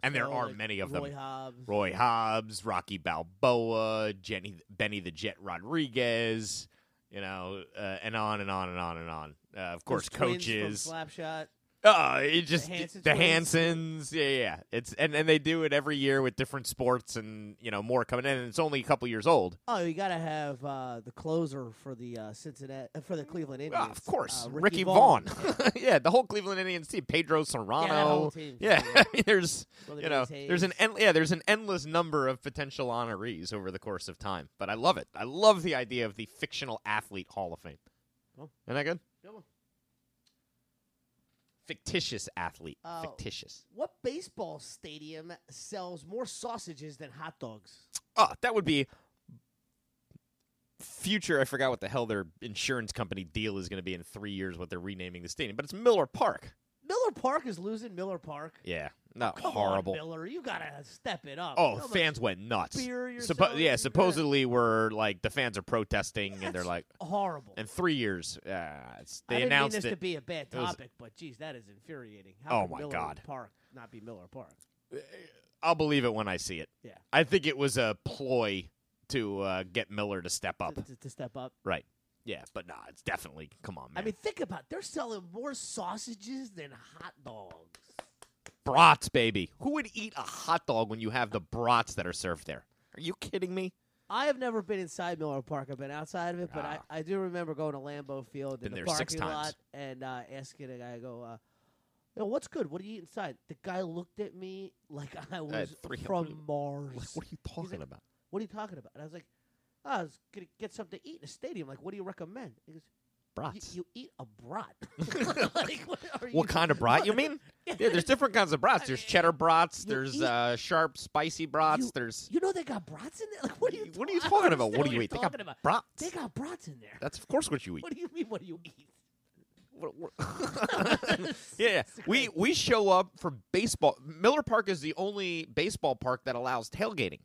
Speaker 4: And there
Speaker 3: oh,
Speaker 4: are
Speaker 3: like
Speaker 4: many of
Speaker 3: Roy
Speaker 4: them.
Speaker 3: Hobbs.
Speaker 4: Roy Hobbs, Rocky Balboa, Jenny, Benny the Jet Rodriguez, you know, uh, and on and on and on and on. Uh, of course,
Speaker 3: Those twins
Speaker 4: coaches.
Speaker 3: From Slapshot.
Speaker 4: Oh, it just
Speaker 3: Hanson
Speaker 4: the
Speaker 3: twins.
Speaker 4: Hansons, yeah, yeah. yeah. It's and, and they do it every year with different sports and you know more coming in. And it's only a couple years old.
Speaker 3: Oh, you gotta have uh, the closer for the uh, Cincinnati uh, for the Cleveland
Speaker 4: Ah,
Speaker 3: Indians.
Speaker 4: of course,
Speaker 3: uh,
Speaker 4: Ricky,
Speaker 3: Ricky
Speaker 4: Vaughn. yeah, the whole Cleveland Indians team, Pedro
Speaker 3: Yeah, that whole
Speaker 4: Serrano.
Speaker 3: team.
Speaker 4: Yeah, I mean, there's
Speaker 3: Brother
Speaker 4: you know
Speaker 3: Dennis
Speaker 4: there's an
Speaker 3: Hayes.
Speaker 4: en- yeah there's an endless number of potential honorees over the course of time. But I love it. I love the idea of the fictional athlete Hall of Fame.
Speaker 3: Cool.
Speaker 4: Isn't that good?
Speaker 3: Oh. Good one.
Speaker 4: Fictitious athlete.
Speaker 3: Oh.
Speaker 4: Fictitious.
Speaker 3: What baseball stadium sells more sausages than hot dogs?
Speaker 4: Oh, that would be future. I forgot what the hell their insurance company deal is going to be in three years. What they're renaming the stadium, but it's Miller Park.
Speaker 3: Miller Park is losing Miller Park.
Speaker 4: Yeah, not
Speaker 3: Come on,
Speaker 4: horrible.
Speaker 3: Miller, you gotta step it up.
Speaker 4: Oh,
Speaker 3: You know how
Speaker 4: fans went nuts.
Speaker 3: beer you're
Speaker 4: Suppo-
Speaker 3: selling,
Speaker 4: yeah,
Speaker 3: you're
Speaker 4: supposedly we're like the fans are protesting and they're
Speaker 3: That's
Speaker 4: like,
Speaker 3: much- horrible.
Speaker 4: in three years, uh, it's,
Speaker 3: I
Speaker 4: they
Speaker 3: didn't
Speaker 4: announced
Speaker 3: mean this
Speaker 4: it.
Speaker 3: to be a bad
Speaker 4: was-
Speaker 3: topic, but geez, that is infuriating. How
Speaker 4: Oh,
Speaker 3: could
Speaker 4: my
Speaker 3: Miller
Speaker 4: God.
Speaker 3: Park not be Miller Park?
Speaker 4: I'll believe it when I see it.
Speaker 3: Yeah.
Speaker 4: I think it was a ploy to uh, get Miller to step
Speaker 3: To-
Speaker 4: up.
Speaker 3: to- to step up.
Speaker 4: right. Yeah, but nah, it's definitely come on,
Speaker 3: I
Speaker 4: man.
Speaker 3: mean, think about it. they're selling more sausages than hot dogs.
Speaker 4: brats, baby. Who would eat a hot dog when you have the brats that are served there? Are you kidding me?
Speaker 3: I have never been inside Miller Park. I've been outside of it, but
Speaker 4: Ah.
Speaker 3: I, I do remember going to Lambeau Field in
Speaker 4: Been
Speaker 3: the
Speaker 4: there
Speaker 3: parking
Speaker 4: six times.
Speaker 3: lot and uh, asking a guy, I go, uh, "Yo, what's good? What do you eat inside? The guy looked at me like I was
Speaker 4: three-
Speaker 3: from Mars.
Speaker 4: What are you talking about?
Speaker 3: What are you talking about? And I was like, "Oh, I was gonna get something to eat in a stadium. Like, what do you recommend? He goes, "You-
Speaker 4: Brats.
Speaker 3: you eat a brat. like, what, are
Speaker 4: What
Speaker 3: you-
Speaker 4: kind of brat you mean? Yeah, there's different kinds of brats. There's cheddar brats.
Speaker 3: you
Speaker 4: There's
Speaker 3: eat-
Speaker 4: uh, sharp, spicy brats.
Speaker 3: you-
Speaker 4: there's
Speaker 3: You know they got brats in there. Like, what are you?
Speaker 4: what are you
Speaker 3: I don't
Speaker 4: talking about?
Speaker 3: understand
Speaker 4: What do you
Speaker 3: you're
Speaker 4: eat? They got
Speaker 3: talking about?
Speaker 4: brats.
Speaker 3: They got brats in there.
Speaker 4: That's of course what you eat.
Speaker 3: What do you mean? What do you eat?
Speaker 4: What- what- yeah, we we show up for baseball. Miller Park is the only baseball park that allows tailgating.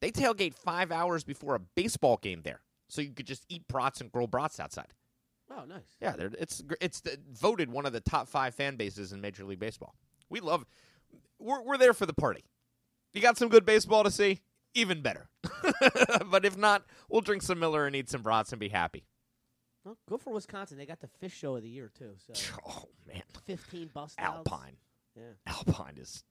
Speaker 4: They tailgate five hours before a baseball game there, so you could just eat brats and grill brats outside.
Speaker 3: Oh, nice.
Speaker 4: Yeah, they're, it's gr- it's the, voted one of the top five fan bases in Major League Baseball. We love. We're we're there for the party. You got some good baseball to see, even better. but if not, we'll drink some Miller and eat some brats and be happy.
Speaker 3: Well, good for Wisconsin. They got the fish show of the year too. So
Speaker 4: Oh man,
Speaker 3: fifteen bust outs.
Speaker 4: Alpine.
Speaker 3: Yeah.
Speaker 4: Alpine is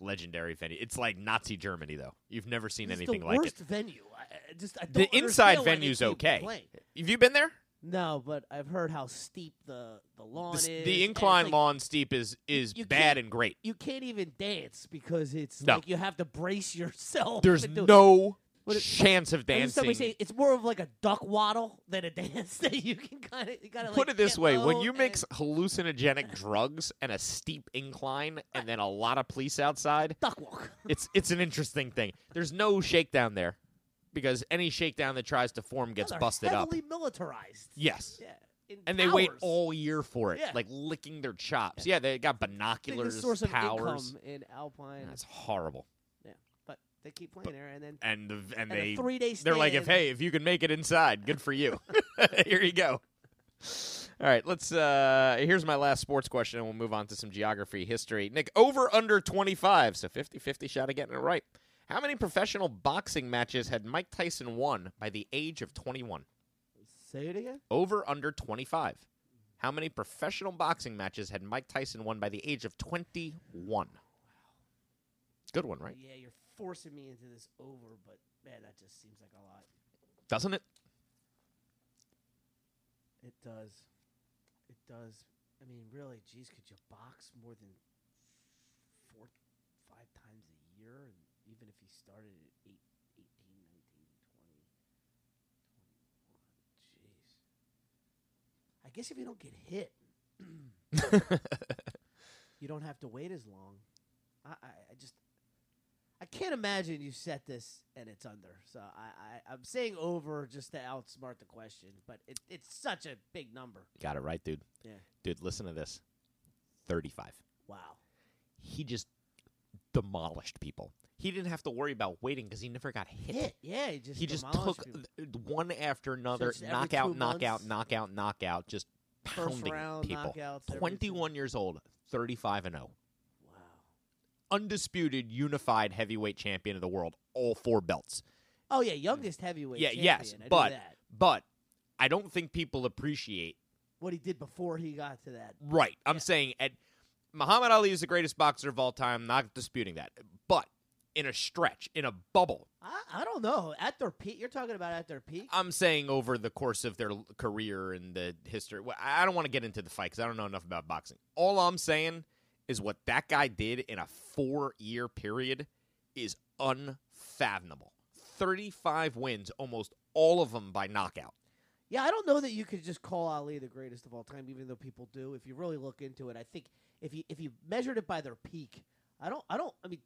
Speaker 4: legendary venue. It's like Nazi Germany though. You've never seen
Speaker 3: This is
Speaker 4: anything
Speaker 3: the
Speaker 4: like
Speaker 3: worst
Speaker 4: it.
Speaker 3: venue. I, I just I
Speaker 4: The
Speaker 3: don't understand
Speaker 4: inside
Speaker 3: why they
Speaker 4: venue's
Speaker 3: keep
Speaker 4: okay.
Speaker 3: playing.
Speaker 4: Have you been there?
Speaker 3: No, but I've heard how steep the the lawn
Speaker 4: The,
Speaker 3: is.
Speaker 4: s- the
Speaker 3: and it's
Speaker 4: incline
Speaker 3: like,
Speaker 4: lawn steep is is
Speaker 3: you
Speaker 4: bad
Speaker 3: can't-
Speaker 4: and great.
Speaker 3: You can't even dance because it's
Speaker 4: No.
Speaker 3: like you have to brace yourself.
Speaker 4: There's
Speaker 3: to do it.
Speaker 4: no
Speaker 3: What it-
Speaker 4: chance
Speaker 3: I
Speaker 4: of
Speaker 3: mean,
Speaker 4: dancing.
Speaker 3: Somebody say it's more of like a duck waddle than a dance that you can kind of you gotta
Speaker 4: Put
Speaker 3: like,
Speaker 4: it this
Speaker 3: get
Speaker 4: way: when
Speaker 3: low
Speaker 4: you mix
Speaker 3: and-
Speaker 4: hallucinogenic drugs and a steep incline, and then a lot of police outside,
Speaker 3: duck walk.
Speaker 4: it's it's an interesting thing. There's no shakedown there because any shakedown that tries to form gets
Speaker 3: They're
Speaker 4: busted up.
Speaker 3: heavily militarized.
Speaker 4: Yes.
Speaker 3: Yeah. in
Speaker 4: and they wait
Speaker 3: towers.
Speaker 4: all year for it,
Speaker 3: Yeah.
Speaker 4: like licking their chops. Yeah, they got
Speaker 3: Biggest
Speaker 4: binoculars,
Speaker 3: source of
Speaker 4: powers.
Speaker 3: income in Alpine.
Speaker 4: That's horrible.
Speaker 3: but they keep playing there, and then
Speaker 4: And the,
Speaker 3: and
Speaker 4: and, they
Speaker 3: a three day
Speaker 4: they're like, if hey, if you can make it inside, good for you. Here you go. All right, let's. uh Here's my last sports question, and we'll move on to some geography, history. Nick, over under 25, so 50-50 shot of getting it right. How many professional boxing matches had Mike Tyson won by the age of 21?
Speaker 3: say it again.
Speaker 4: over under 25. How many professional boxing matches had Mike Tyson won by the age of 21? Good one, right?
Speaker 3: Yeah, you're forcing me into this over, but man, that just seems like a lot.
Speaker 4: Doesn't it?
Speaker 3: It does. It does. I mean, really, geez, could you box more than four, five times a year? And even if you started at eight, 18, 19, 20, 21, jeez. I guess if you don't get hit, you don't have to wait as long. I, I, I just, I can't imagine you set this and it's under. So I, I I'm saying over just to outsmart the question, but it, it's such a big number.
Speaker 4: Got it right, dude.
Speaker 3: Yeah.
Speaker 4: Dude, listen to this. 35.
Speaker 3: Wow.
Speaker 4: He just demolished people. He didn't have to worry about waiting because he never got hit.
Speaker 3: Hit. Yeah. He just
Speaker 4: He just
Speaker 3: demolished
Speaker 4: took
Speaker 3: people.
Speaker 4: th- one after another,
Speaker 3: it's every two
Speaker 4: knockout,
Speaker 3: months?
Speaker 4: knockout, knockout, knockout, just
Speaker 3: First
Speaker 4: pounding
Speaker 3: round
Speaker 4: people.
Speaker 3: knockouts, every two-
Speaker 4: 21 years old, 35 and
Speaker 3: Wow.
Speaker 4: 0. Undisputed, unified heavyweight champion of the world, all four belts.
Speaker 3: Oh yeah, youngest heavyweight.
Speaker 4: yeah,
Speaker 3: champion.
Speaker 4: yes,
Speaker 3: I knew
Speaker 4: but
Speaker 3: that.
Speaker 4: but I don't think people appreciate
Speaker 3: what he did before he got to that.
Speaker 4: Right. I'm
Speaker 3: Yeah.
Speaker 4: saying at Muhammad Ali is the greatest boxer of all time. Not disputing that, but in a stretch, in a bubble,
Speaker 3: I, I don't know. At their peak, you're talking about at their peak.
Speaker 4: I'm saying over the course of their l- career and the history. Well, I I don't want to get into the fight because I don't know enough about boxing. All I'm saying is what that guy did in a four year period is unfathomable. 35 wins, almost all of them by knockout.
Speaker 3: Yeah, I don't know that you could just call Ali the greatest of all time, even though people do. If you really look into it, I think if you if you measured it by their peak, I don't I don't I mean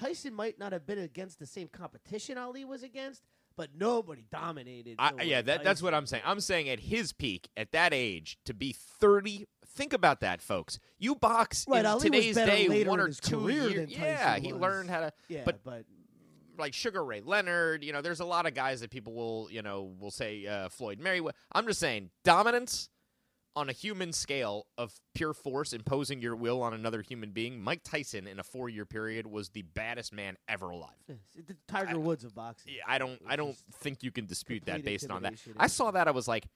Speaker 3: Tyson might not have been against the same competition Ali was against, but nobody dominated.
Speaker 4: I,
Speaker 3: the
Speaker 4: I-
Speaker 3: way
Speaker 4: yeah, that, that's what I'm saying. I'm saying at his peak, at that age, to be 30. Think about that, folks. You box
Speaker 3: Right,
Speaker 4: in
Speaker 3: Ali was
Speaker 4: today's
Speaker 3: better
Speaker 4: day
Speaker 3: later
Speaker 4: one
Speaker 3: in
Speaker 4: or
Speaker 3: his
Speaker 4: two
Speaker 3: career than
Speaker 4: years. Yeah,
Speaker 3: Tyson
Speaker 4: he
Speaker 3: was.
Speaker 4: learned how to
Speaker 3: Yeah, but,
Speaker 4: but- like Sugar Ray Leonard. You know, there's a lot of guys that people will you know will say uh, Floyd Merriweather. I'm just saying dominance on a human scale of pure force, imposing your will on another human being. Mike Tyson in a four year period was the baddest man ever alive.
Speaker 3: it's the eh, Tiger Woods of boxing.
Speaker 4: Yeah, I don't
Speaker 3: It's
Speaker 4: I don't
Speaker 3: just
Speaker 4: think you can dispute that
Speaker 3: complete
Speaker 4: based on that.
Speaker 3: intimidation
Speaker 4: I
Speaker 3: and-
Speaker 4: saw that I was like,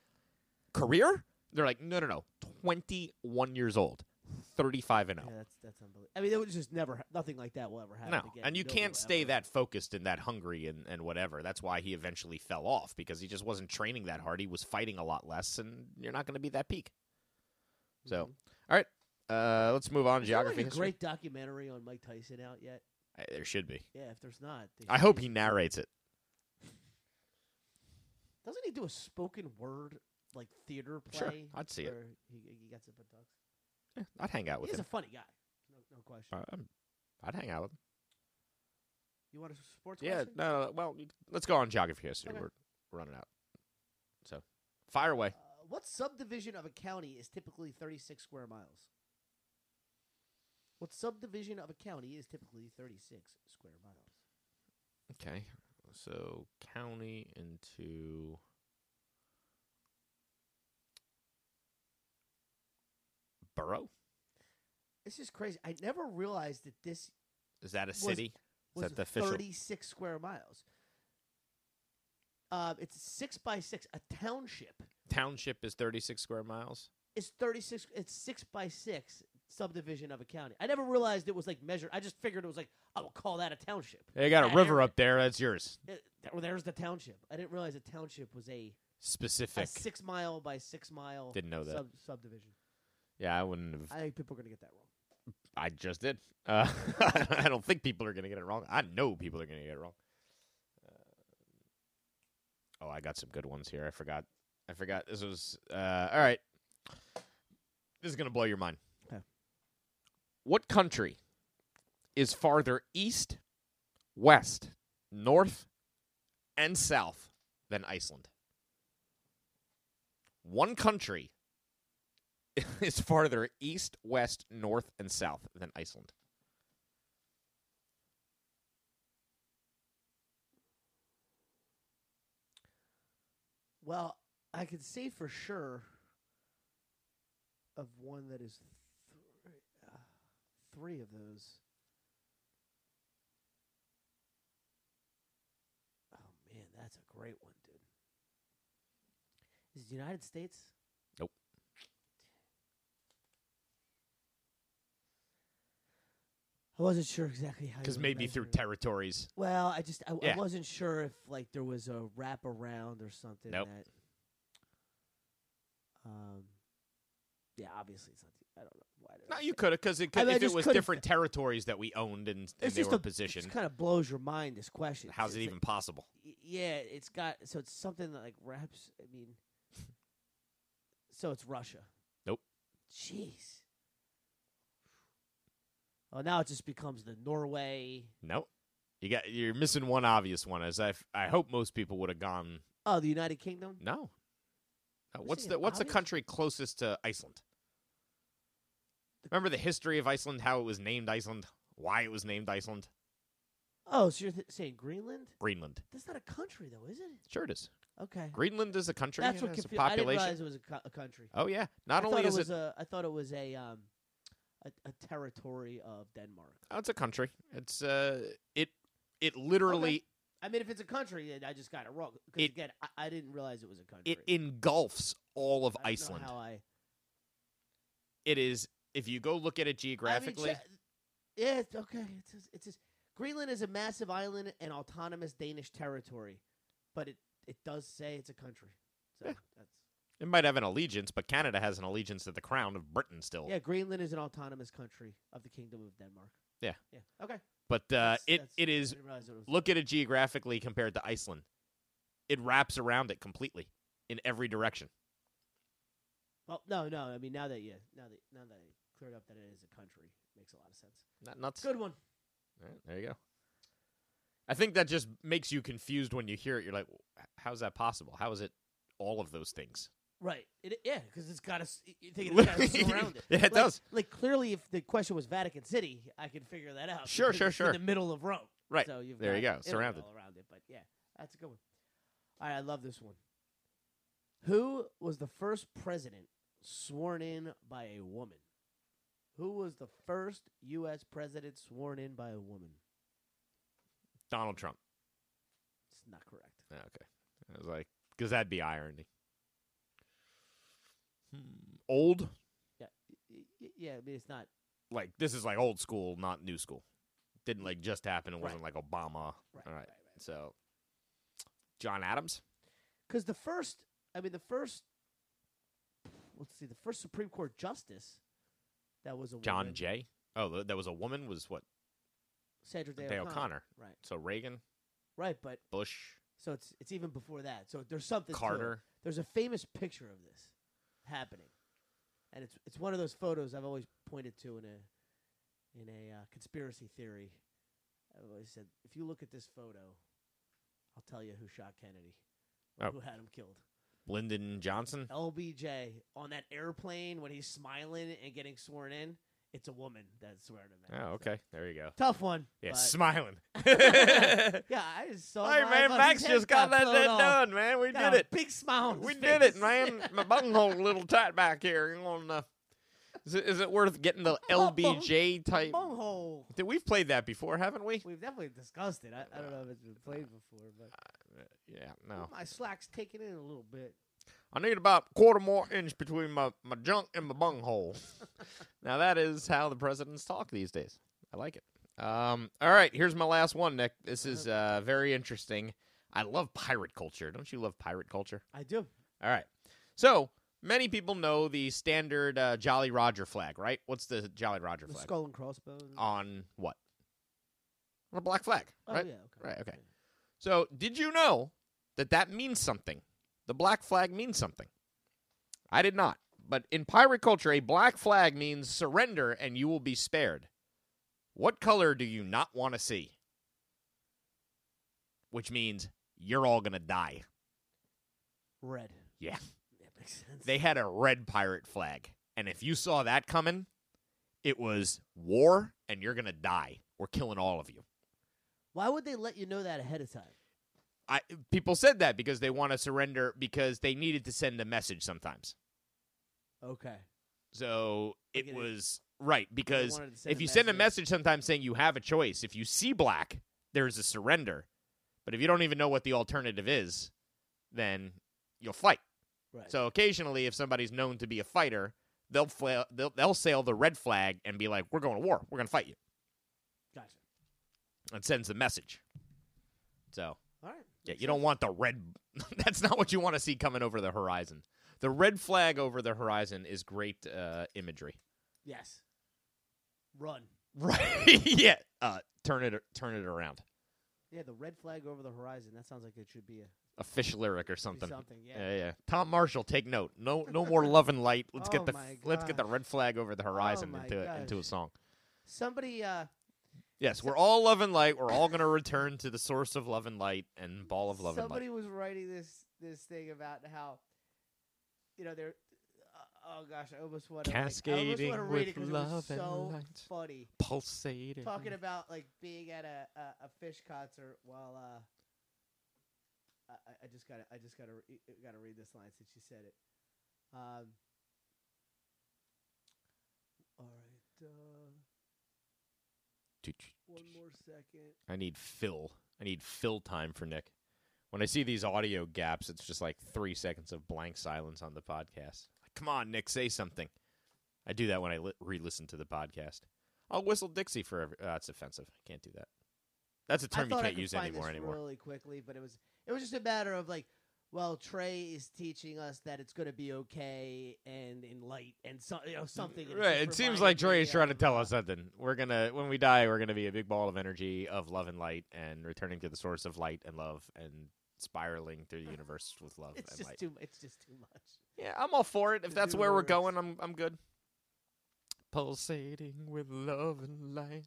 Speaker 4: career? They're like, no, no, no, 21 years old, 35 and
Speaker 3: Yeah,
Speaker 4: 0.
Speaker 3: that's that's unbelievable. I mean, it was just never nothing like that will ever happen.
Speaker 4: No,
Speaker 3: again.
Speaker 4: and you
Speaker 3: No
Speaker 4: can't
Speaker 3: will
Speaker 4: stay
Speaker 3: ever.
Speaker 4: that focused and that hungry and, and whatever. That's why he eventually fell off because he just wasn't training that hard. He was fighting a lot less, and you're not going to be that peak. So, all right, uh, let's move
Speaker 3: Mm-hmm.
Speaker 4: on.
Speaker 3: Is there, like,
Speaker 4: Geography.
Speaker 3: Mm-hmm. a
Speaker 4: history?
Speaker 3: great documentary on Mike Tyson out yet?
Speaker 4: Uh, there should be.
Speaker 3: Yeah, if there's not, they
Speaker 4: I
Speaker 3: should
Speaker 4: hope
Speaker 3: do
Speaker 4: he narrates it.
Speaker 3: Doesn't he do a spoken word like theater play?
Speaker 4: Sure, I'd see it.
Speaker 3: where He, he gets up and talks.
Speaker 4: Yeah, I'd hang out with
Speaker 3: He's
Speaker 4: him.
Speaker 3: a funny guy. No, no question.
Speaker 4: Uh, I'm- I'd hang out with him.
Speaker 3: you want a sports
Speaker 4: Yeah,
Speaker 3: question?
Speaker 4: no, no, well, let's go on geography history.
Speaker 3: Okay.
Speaker 4: We're running out. So, fire away.
Speaker 3: Uh, what subdivision of a county is typically 36 square miles? What subdivision of a county is typically 36 square miles?
Speaker 4: Okay. So, county into. Borough?
Speaker 3: This is crazy. I never realized that this
Speaker 4: Is that a
Speaker 3: Was-
Speaker 4: city?
Speaker 3: was
Speaker 4: that the official-
Speaker 3: 36 square miles. Uh, it's six by six. A township
Speaker 4: Township is 36 square miles.
Speaker 3: It's 36 it's 6 by 6 subdivision of a county. I never realized it was like measured. I just figured it was like I will call that a township.
Speaker 4: They got
Speaker 3: Yeah,
Speaker 4: a river
Speaker 3: area.
Speaker 4: up there. That's yours.
Speaker 3: It- there- there's the township. I didn't realize a township was a, a
Speaker 4: Specific.
Speaker 3: 6 mile by 6 mile
Speaker 4: Didn't know that.
Speaker 3: sub- subdivision.
Speaker 4: yeah, I wouldn't have.
Speaker 3: I think people are going to get that wrong.
Speaker 4: I just did. Uh, I don't think people are going to get it wrong. I know people are going to get it wrong. Uh, oh, I got some good ones here. I forgot. I forgot. This was uh, all right. This is going to blow your mind.
Speaker 3: Okay.
Speaker 4: What country is farther east, west, north, and south than Iceland? One country is farther east, west, north, and south than Iceland.
Speaker 3: Well, I can say for sure of one that is th- uh, 3 of those. Oh man, that's a great one, dude. Is it the United States?
Speaker 4: Nope.
Speaker 3: I wasn't sure exactly how. you
Speaker 4: Because
Speaker 3: would
Speaker 4: maybe through
Speaker 3: measure it.
Speaker 4: territories.
Speaker 3: Well, I just I, I
Speaker 4: Yeah.
Speaker 3: wasn't sure if like there was a wraparound or something.
Speaker 4: Nope.
Speaker 3: That, um. Yeah, obviously it's not. The, I don't know why. did I
Speaker 4: No, you
Speaker 3: say-
Speaker 4: could have, because it,
Speaker 3: I
Speaker 4: could
Speaker 3: mean, I
Speaker 4: if it
Speaker 3: just
Speaker 4: was
Speaker 3: could've-
Speaker 4: different territories that we owned and, and
Speaker 3: It's
Speaker 4: they
Speaker 3: just a-
Speaker 4: were
Speaker 3: It
Speaker 4: positioned.
Speaker 3: kind of blows your mind. This question. 'cause
Speaker 4: How's it
Speaker 3: it's
Speaker 4: even possible?
Speaker 3: Like, y- yeah, it's got so it's something that like wraps. I mean, so it's Russia.
Speaker 4: Nope.
Speaker 3: Jeez. Oh, now it just becomes the Norway.
Speaker 4: No, You got you're missing one obvious one. As I f- I hope most people would have gone
Speaker 3: Oh, the United Kingdom.
Speaker 4: no. No,
Speaker 3: You're
Speaker 4: What's
Speaker 3: saying
Speaker 4: the what's the
Speaker 3: obvious?
Speaker 4: country closest to Iceland? Remember the history of Iceland, how it was named Iceland, why it was named Iceland,
Speaker 3: Oh, so you're th- saying Greenland?
Speaker 4: Greenland.
Speaker 3: That's not a country, though, is it?
Speaker 4: Sure it is.
Speaker 3: Okay.
Speaker 4: Greenland is a country.
Speaker 3: That's
Speaker 4: and
Speaker 3: what
Speaker 4: has a
Speaker 3: confused. I didn't
Speaker 4: population.
Speaker 3: realize it was a, co- a country.
Speaker 4: Oh yeah. Not
Speaker 3: I
Speaker 4: only
Speaker 3: thought
Speaker 4: is
Speaker 3: it was
Speaker 4: it,
Speaker 3: a, I thought it was a um, a, a territory of Denmark.
Speaker 4: oh, it's a country. It's uh it it literally
Speaker 3: I mean, if it's a country, then I just got it wrong. Because
Speaker 4: It-
Speaker 3: again, I, I didn't realize it was a country.
Speaker 4: it engulfs all
Speaker 3: I
Speaker 4: of
Speaker 3: don't know
Speaker 4: Iceland.
Speaker 3: how I-
Speaker 4: It is if you go look at
Speaker 3: I
Speaker 4: it
Speaker 3: mean,
Speaker 4: geographically.
Speaker 3: ch- yeah, it's okay. It's just, it's just, Greenland is a massive island and autonomous Danish territory, but it it does say it's a country. So
Speaker 4: Yeah.
Speaker 3: that's
Speaker 4: It might have an allegiance, but Canada has an allegiance to the crown of Britain still.
Speaker 3: yeah. Greenland is an autonomous country of the Kingdom of Denmark.
Speaker 4: Yeah.
Speaker 3: Yeah. Okay.
Speaker 4: But uh,
Speaker 3: That's-
Speaker 4: it
Speaker 3: that's-
Speaker 4: it
Speaker 3: I
Speaker 4: is
Speaker 3: didn't realize what it was.
Speaker 4: look at it geographically compared to Iceland. It wraps around it completely in every direction.
Speaker 3: Well, no, no. I mean, now that yeah, now that now that I cleared up that it is a country, makes a lot of sense.
Speaker 4: Not nuts.
Speaker 3: Good one.
Speaker 4: All right, there you go. I think that just makes you confused when you hear it. You're like, "Wh- how's that possible? How is it all of those things?
Speaker 3: Right. It, yeah, because it's got us. You think it's got us surrounded.
Speaker 4: Yeah, it
Speaker 3: like,
Speaker 4: does.
Speaker 3: Like clearly, if the question was Vatican City, I could figure that out.
Speaker 4: Sure,
Speaker 3: because
Speaker 4: sure,
Speaker 3: it's In
Speaker 4: sure.
Speaker 3: the middle of Rome.
Speaker 4: Right.
Speaker 3: So you've
Speaker 4: There you
Speaker 3: got
Speaker 4: go,
Speaker 3: Italy
Speaker 4: surrounded.
Speaker 3: all around it. But yeah, that's a good one. All right, I love this one. Who was the first president sworn in by a woman? Who was the first U.S. president sworn in by a woman?
Speaker 4: Donald Trump.
Speaker 3: It's not correct.
Speaker 4: Yeah, Okay. I was like, because that'd be irony. Hmm, Old?
Speaker 3: Y- y- Yeah, I mean it's not
Speaker 4: Like, this is like old school, not new school. Didn't like just happen. It
Speaker 3: Right.
Speaker 4: wasn't like Obama.
Speaker 3: right.
Speaker 4: All right.
Speaker 3: right.
Speaker 4: So, John Adams?
Speaker 3: Because the first, I mean, the first, let's see, the first Supreme Court justice that was a
Speaker 4: John
Speaker 3: woman,
Speaker 4: Jay? Oh, th- that was a woman, was what?
Speaker 3: Sandra Day,
Speaker 4: Day
Speaker 3: O'Connor.
Speaker 4: O'Connor.
Speaker 3: Right,
Speaker 4: So, Reagan,
Speaker 3: right. But
Speaker 4: Bush,
Speaker 3: so it's it's even before that. So there's something. to it.
Speaker 4: Carter.
Speaker 3: There's a famous picture of this happening, and it's it's one of those photos I've always pointed to in a in a uh, conspiracy theory. I've always said if you look at this photo, I'll tell you who shot Kennedy, or
Speaker 4: Oh.
Speaker 3: who had him killed.
Speaker 4: Lyndon Johnson.
Speaker 3: LBJ on that airplane when he's smiling and getting sworn in, it's a woman that's swearing him. in.
Speaker 4: Oh,
Speaker 3: So,
Speaker 4: okay. There you go.
Speaker 3: tough one.
Speaker 4: Yeah,
Speaker 3: but-
Speaker 4: smiling.
Speaker 3: Hey, yeah, I just saw.
Speaker 4: Hey
Speaker 3: my
Speaker 4: man,
Speaker 3: buddy's
Speaker 4: Max
Speaker 3: head
Speaker 4: just got that
Speaker 3: blown
Speaker 4: that
Speaker 3: off.
Speaker 4: done, man. We
Speaker 3: Got
Speaker 4: did
Speaker 3: a
Speaker 4: it.
Speaker 3: Big smile. on his
Speaker 4: We did it,
Speaker 3: face.
Speaker 4: man. My bunghole's a little tight back here. You want to? Is it, is it worth getting the
Speaker 3: My bung-
Speaker 4: LBJ type?
Speaker 3: Bunghole.
Speaker 4: Did we've played that before, haven't we?
Speaker 3: We've definitely discussed it. I, I don't know if it's been played before, but
Speaker 4: Yeah, no.
Speaker 3: my slack's taking in a little bit.
Speaker 4: I need about quarter more inch between my my junk and my bunghole. now that is how the presidents talk these days. I like it. Um, all right, here's my last one, Nick. This is uh, very interesting. I love pirate culture. Don't you love pirate culture?
Speaker 3: I do.
Speaker 4: All right. So many people know the standard uh, Jolly Roger flag, right? What's the Jolly Roger
Speaker 3: The
Speaker 4: flag?
Speaker 3: skull and crossbones.
Speaker 4: On what? On a black flag,
Speaker 3: Oh,
Speaker 4: Oh, right?
Speaker 3: yeah. Okay.
Speaker 4: Right, okay. So did you know that that means something? The black flag means something. I did not. But in pirate culture, a black flag means surrender and you will be spared. What color do you not want to see? Which means you're all going to die.
Speaker 3: Red.
Speaker 4: Yeah.
Speaker 3: That makes sense.
Speaker 4: they had a red pirate flag. And if you saw that coming, it was war and you're going to die. We're killing all of you.
Speaker 3: Why would they let you know that ahead of time?
Speaker 4: I people said that because they want to surrender because they needed to send a message sometimes.
Speaker 3: Okay.
Speaker 4: So
Speaker 3: Like
Speaker 4: it
Speaker 3: it-
Speaker 4: was right because
Speaker 3: wanted to send
Speaker 4: if
Speaker 3: a
Speaker 4: you send a
Speaker 3: message.
Speaker 4: message sometimes saying you have a choice, if you see black, there's a surrender. But if you don't even know what the alternative is, then you'll fight.
Speaker 3: Right.
Speaker 4: So occasionally, if somebody's known to be a fighter, they'll flail, they'll they'll sail the red flag and be like, "We're going to war. We're going to fight you,"
Speaker 3: gotcha.
Speaker 4: and sends the message. So
Speaker 3: All right.
Speaker 4: yeah,
Speaker 3: Makes
Speaker 4: you don't
Speaker 3: sense.
Speaker 4: want the red. That's not what you want to see coming over the horizon. The red flag over the horizon is great uh, imagery.
Speaker 3: Yes. Run.
Speaker 4: Right? yeah. Uh, turn it turn it around.
Speaker 3: Yeah, the red flag over the horizon. That sounds like it should be a be
Speaker 4: A fish lyric or something.
Speaker 3: something. Yeah.
Speaker 4: Yeah, yeah. Tom Marshall, take note. No, no more love and light. Let's
Speaker 3: Oh
Speaker 4: get the
Speaker 3: my
Speaker 4: let's get the
Speaker 3: gosh.
Speaker 4: red flag over the horizon
Speaker 3: my
Speaker 4: into a, into a
Speaker 3: gosh.
Speaker 4: song.
Speaker 3: Somebody uh
Speaker 4: Yes, we're all love and light. We're all going to return to the source of love and light and ball of love
Speaker 3: Somebody
Speaker 4: and light.
Speaker 3: was writing this this thing about how, you know, they're. Uh, oh gosh, I almost want to. I almost
Speaker 4: Cascading
Speaker 3: want to read it
Speaker 4: with
Speaker 3: 'cause
Speaker 4: love
Speaker 3: it was
Speaker 4: and
Speaker 3: so
Speaker 4: light.
Speaker 3: funny.
Speaker 4: Pulsating.
Speaker 3: Talking about like being at a a, a fish concert while. uh I, I- I just gotta, I just gotta, re- gotta read this line since you said it. Um, all right, uh, one more second.
Speaker 4: I need fill. I need fill time for Nick. When I see these audio gaps, it's just like three seconds of blank silence on the podcast. Come on, Nick, say something. I do that when I li- re-listen to the podcast. I'll whistle Dixie for every. Uh, that's offensive. I can't do that. That's a term
Speaker 3: I
Speaker 4: you
Speaker 3: thought I
Speaker 4: can't
Speaker 3: could
Speaker 4: use
Speaker 3: find
Speaker 4: anymore
Speaker 3: this
Speaker 4: anymore.
Speaker 3: Really quickly, but it was it was just a matter of like, well, Trey is teaching us that it's going to be okay and in light and so, you know, something. and it's
Speaker 4: Right.
Speaker 3: just
Speaker 4: It seems
Speaker 3: reminding
Speaker 4: like Dre
Speaker 3: me
Speaker 4: is trying to
Speaker 3: of,
Speaker 4: tell
Speaker 3: uh,
Speaker 4: us something. We're gonna when we die, we're gonna be a big ball of energy, of love and light, and returning to the source of light and love, and spiraling through the universe with love
Speaker 3: It's
Speaker 4: and
Speaker 3: just
Speaker 4: light.
Speaker 3: too. It's just too much.
Speaker 4: yeah, I'm all for it. If
Speaker 3: to
Speaker 4: that's
Speaker 3: do
Speaker 4: where we're
Speaker 3: lyrics.
Speaker 4: going, I'm I'm good. Pulsating with love and light.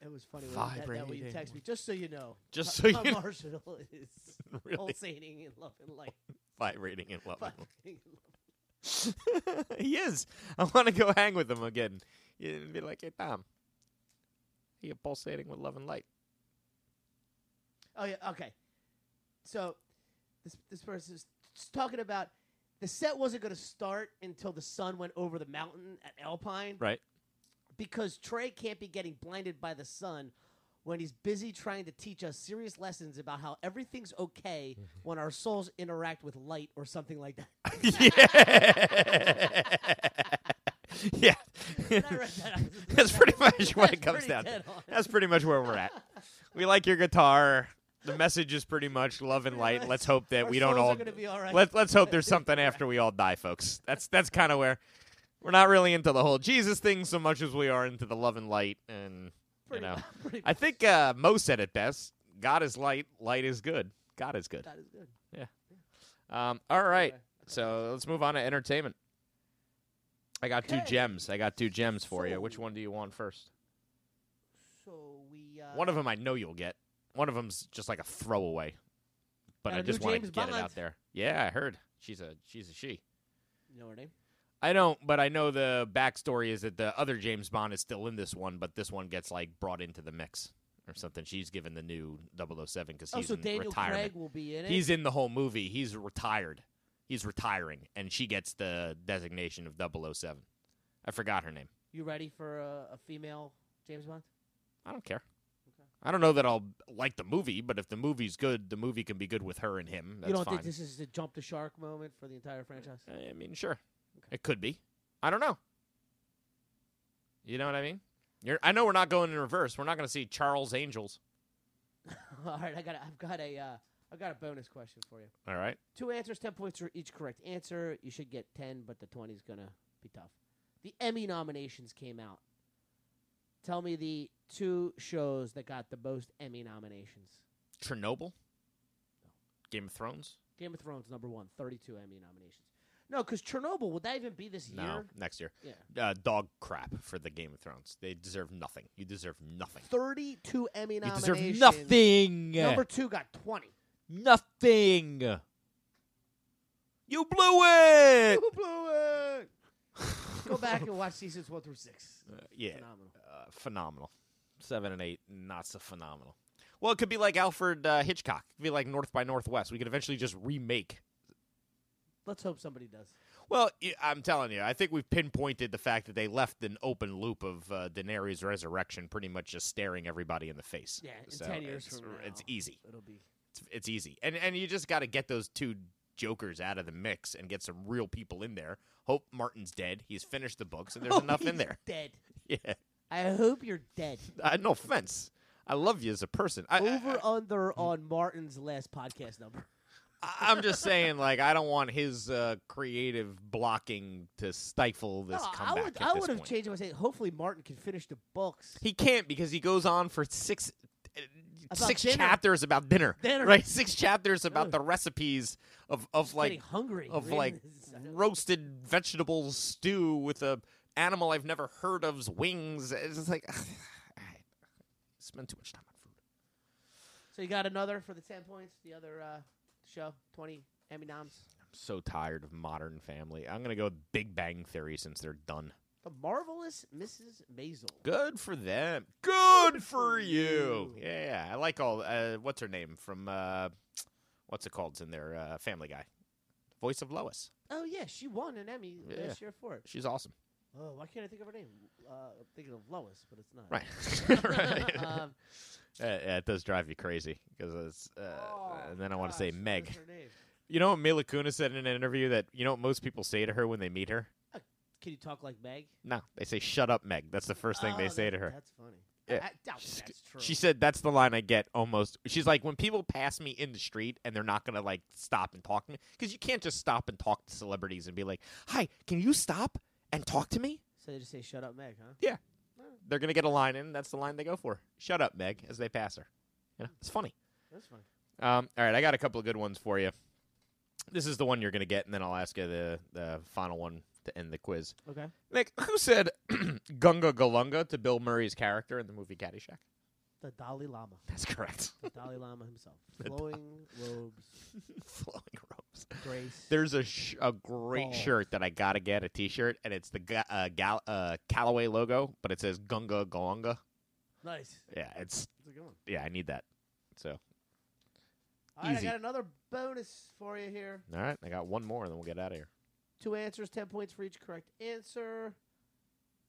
Speaker 3: It was funny when that, that when you
Speaker 4: Vibrating.
Speaker 3: text me. Just so you know.
Speaker 4: Just
Speaker 3: how-
Speaker 4: so
Speaker 3: how
Speaker 4: you know."
Speaker 3: Marshall is
Speaker 4: Really
Speaker 3: pulsating in love and light.
Speaker 4: vibrating in love. and light.
Speaker 3: Vibrating in love.
Speaker 4: he is. I want to go hang with him again. Yeah, And be like, hey Tom, you're pulsating with love and light.
Speaker 3: Oh yeah. Okay. So, this this person is talking about. The set wasn't going to start until the sun went over the mountain at Alpine.
Speaker 4: Right.
Speaker 3: because Trey can't be getting blinded by the sun when he's busy trying to teach us serious lessons about how everything's okay
Speaker 4: Mm-hmm.
Speaker 3: when our souls interact with light or something like that.
Speaker 4: yeah. yeah.
Speaker 3: When I read that, I was just
Speaker 4: That's
Speaker 3: like,
Speaker 4: pretty much what it
Speaker 3: that's
Speaker 4: comes
Speaker 3: pretty
Speaker 4: down to.
Speaker 3: dead on.
Speaker 4: That's pretty much where we're at. We like your guitar. The message is pretty much love and
Speaker 3: Pretty
Speaker 4: light.
Speaker 3: much.
Speaker 4: Let's hope that
Speaker 3: Our
Speaker 4: we don't
Speaker 3: souls are
Speaker 4: all
Speaker 3: gonna be all right.
Speaker 4: Let, let's hope there's something after we all die, folks. That's that's kind of where we're not really into the whole Jesus thing so much as we are into the love and light and
Speaker 3: Pretty
Speaker 4: you know.
Speaker 3: mu- pretty
Speaker 4: I think uh, Mo said it best. God is light, light is good. God is good.
Speaker 3: much that is good.
Speaker 4: Um, all right.
Speaker 3: Anyway,
Speaker 4: So let's move on to entertainment. I got two
Speaker 3: Okay.
Speaker 4: gems. I got two gems for you. Which
Speaker 3: So-
Speaker 4: one do you want first?
Speaker 3: So we uh,
Speaker 4: One of them I know you'll get. One of them's just like a throwaway, but
Speaker 3: Got
Speaker 4: I
Speaker 3: a new
Speaker 4: just want to
Speaker 3: James
Speaker 4: get it
Speaker 3: Bond.
Speaker 4: out there. Yeah, I heard she's a she's a she.
Speaker 3: you know her name.
Speaker 4: I don't, but I know the backstory is that the other James Bond is still in this one, but this one gets like brought into the mix or something. She's given the new 007 because
Speaker 3: Oh,
Speaker 4: he's
Speaker 3: so
Speaker 4: in
Speaker 3: Daniel
Speaker 4: retirement.
Speaker 3: Craig will be in it.
Speaker 4: He's in the whole movie. He's retired. He's retiring, and she gets the designation of 007. I forgot her name.
Speaker 3: you ready for a, a female James Bond?
Speaker 4: I don't care. I don't know that I'll like the movie, but if the movie's good, the movie can be good with her and him. That's
Speaker 3: you don't
Speaker 4: fine.
Speaker 3: think this is the jump the shark moment for the entire franchise?
Speaker 4: I mean, sure, it could be. I don't know. You know what I mean? You're, I know we're not going in reverse. We're not going to see Charles Angels.
Speaker 3: All right, I got. a- I've got a. Uh, I've got a bonus question for you.
Speaker 4: All right.
Speaker 3: Two answers, ten points for each correct answer. You should get ten, but the twenty's gonna be tough. The Emmy nominations came out. Tell me the two shows that got the most Emmy nominations.
Speaker 4: Chernobyl. Game of Thrones.
Speaker 3: Game of Thrones number one, 32 Emmy nominations. No, because Chernobyl would that even be this
Speaker 4: No,
Speaker 3: year?
Speaker 4: next year.
Speaker 3: Yeah,
Speaker 4: uh, dog crap for the Game of Thrones. They deserve nothing. You deserve nothing.
Speaker 3: 32 Emmy
Speaker 4: You
Speaker 3: nominations.
Speaker 4: deserve nothing.
Speaker 3: Number two got 20.
Speaker 4: nothing. You blew it.
Speaker 3: Who blew
Speaker 4: eh.
Speaker 3: it? Go back and watch seasons one through six.
Speaker 4: Uh, yeah,
Speaker 3: Phenomenal.
Speaker 4: uh, phenomenal. Seven and eight, not so phenomenal. Well, it could be like Alfred uh, Hitchcock. It could be like North by Northwest. We could eventually just remake.
Speaker 3: Let's hope somebody does.
Speaker 4: Well, y- I'm telling you, I think we've pinpointed the fact that they left an open loop of uh, Daenerys' resurrection, pretty much just staring everybody in the face.
Speaker 3: Yeah, in
Speaker 4: So
Speaker 3: 10 years
Speaker 4: it's-
Speaker 3: from now,
Speaker 4: it's easy.
Speaker 3: It'll be
Speaker 4: it's, it's easy and and you just got to get those two jokers out of the mix and get some real people in there hope martin's dead he's finished the books and there's
Speaker 3: Oh,
Speaker 4: enough in
Speaker 3: he's
Speaker 4: there
Speaker 3: Dead.
Speaker 4: yeah
Speaker 3: I hope you're dead.
Speaker 4: I, no offense i love you as a person I, mm.
Speaker 3: Over under on Martin's last podcast number.
Speaker 4: I, am just saying like i don't want his uh, creative blocking to stifle this
Speaker 3: Oh, I
Speaker 4: comeback
Speaker 3: would
Speaker 4: at
Speaker 3: I
Speaker 4: this
Speaker 3: would have
Speaker 4: point.
Speaker 3: changed it by saying hopefully Martin can finish the books.
Speaker 4: he can't because he goes on for six uh,
Speaker 3: About
Speaker 4: six
Speaker 3: dinner.
Speaker 4: chapters about dinner,
Speaker 3: Dinner.
Speaker 4: right six chapters about
Speaker 3: Ugh.
Speaker 4: the recipes of of
Speaker 3: like,
Speaker 4: like
Speaker 3: getting hungry
Speaker 4: of
Speaker 3: reading
Speaker 4: like
Speaker 3: this.
Speaker 4: roasted vegetable stew with a animal I've never heard of's wings. It's just like, Spend too much time on food.
Speaker 3: So you got another for the ten points. The other uh, show, twenty Emmy noms.
Speaker 4: I'm so tired of Modern Family. I'm gonna go with Big Bang Theory since they're done.
Speaker 3: The marvelous Mrs. Maisel.
Speaker 4: Good for them. Good for you. Yeah, I like all. Uh, what's her name from? Uh, what's it called's in there? Uh, Family Guy, voice of Lois.
Speaker 3: Oh yeah, she won an Emmy
Speaker 4: Yeah.
Speaker 3: last year for it.
Speaker 4: She's awesome.
Speaker 3: Oh, why can't I think of her name? Uh, I'm thinking of Lois, but it's not.
Speaker 4: Right. right.
Speaker 3: um,
Speaker 4: Uh, yeah, it does drive you crazy because it's. Uh,
Speaker 3: oh,
Speaker 4: and then I want to say
Speaker 3: gosh, what is
Speaker 4: Meg.
Speaker 3: her name?
Speaker 4: You know, what Mila Kunis said in an interview that you know what most people say to her when they meet her.
Speaker 3: Can you talk like Meg?
Speaker 4: No, they say "Shut up, Meg." That's the first thing they
Speaker 3: Oh,
Speaker 4: say
Speaker 3: that-
Speaker 4: to her.
Speaker 3: That's funny.
Speaker 4: Yeah.
Speaker 3: I, I doubt
Speaker 4: She's-
Speaker 3: that that's true.
Speaker 4: She said that's the line I get almost. She's like, when people pass me in the street and they're not gonna like stop and talk to me, because you can't just stop and talk to celebrities and be like, "Hi, can you stop and talk to me?"
Speaker 3: so they just say, "Shut up, Meg," huh?
Speaker 4: They're gonna get a line in. That's the line they go for. Shut up, Meg, as they pass her. You know, it's funny.
Speaker 3: That's funny.
Speaker 4: Um, all right, I got a couple of good ones for you. This is the one you're gonna get, and then I'll ask you the the final one to end the quiz.
Speaker 3: Okay.
Speaker 4: Nick, who said Gunga Galunga to Bill Murray's character in the movie Caddyshack?
Speaker 3: The Dalai Lama,
Speaker 4: That's correct.
Speaker 3: the Dalai Lama himself, flowing robes,
Speaker 4: Flowing robes.
Speaker 3: grace.
Speaker 4: There's a sh- a great
Speaker 3: Balls.
Speaker 4: shirt that I gotta get a T-shirt, and it's the Ga- uh, Gal- uh, Callaway logo, but it says Gunga Galunga.
Speaker 3: nice.
Speaker 4: Yeah, it's
Speaker 3: That's a good one.
Speaker 4: yeah, I need that. So
Speaker 3: All right,
Speaker 4: Easy.
Speaker 3: I got another bonus for you here.
Speaker 4: all right, I got one more, and then we'll get out of here.
Speaker 3: Two answers, 10 points for each correct answer.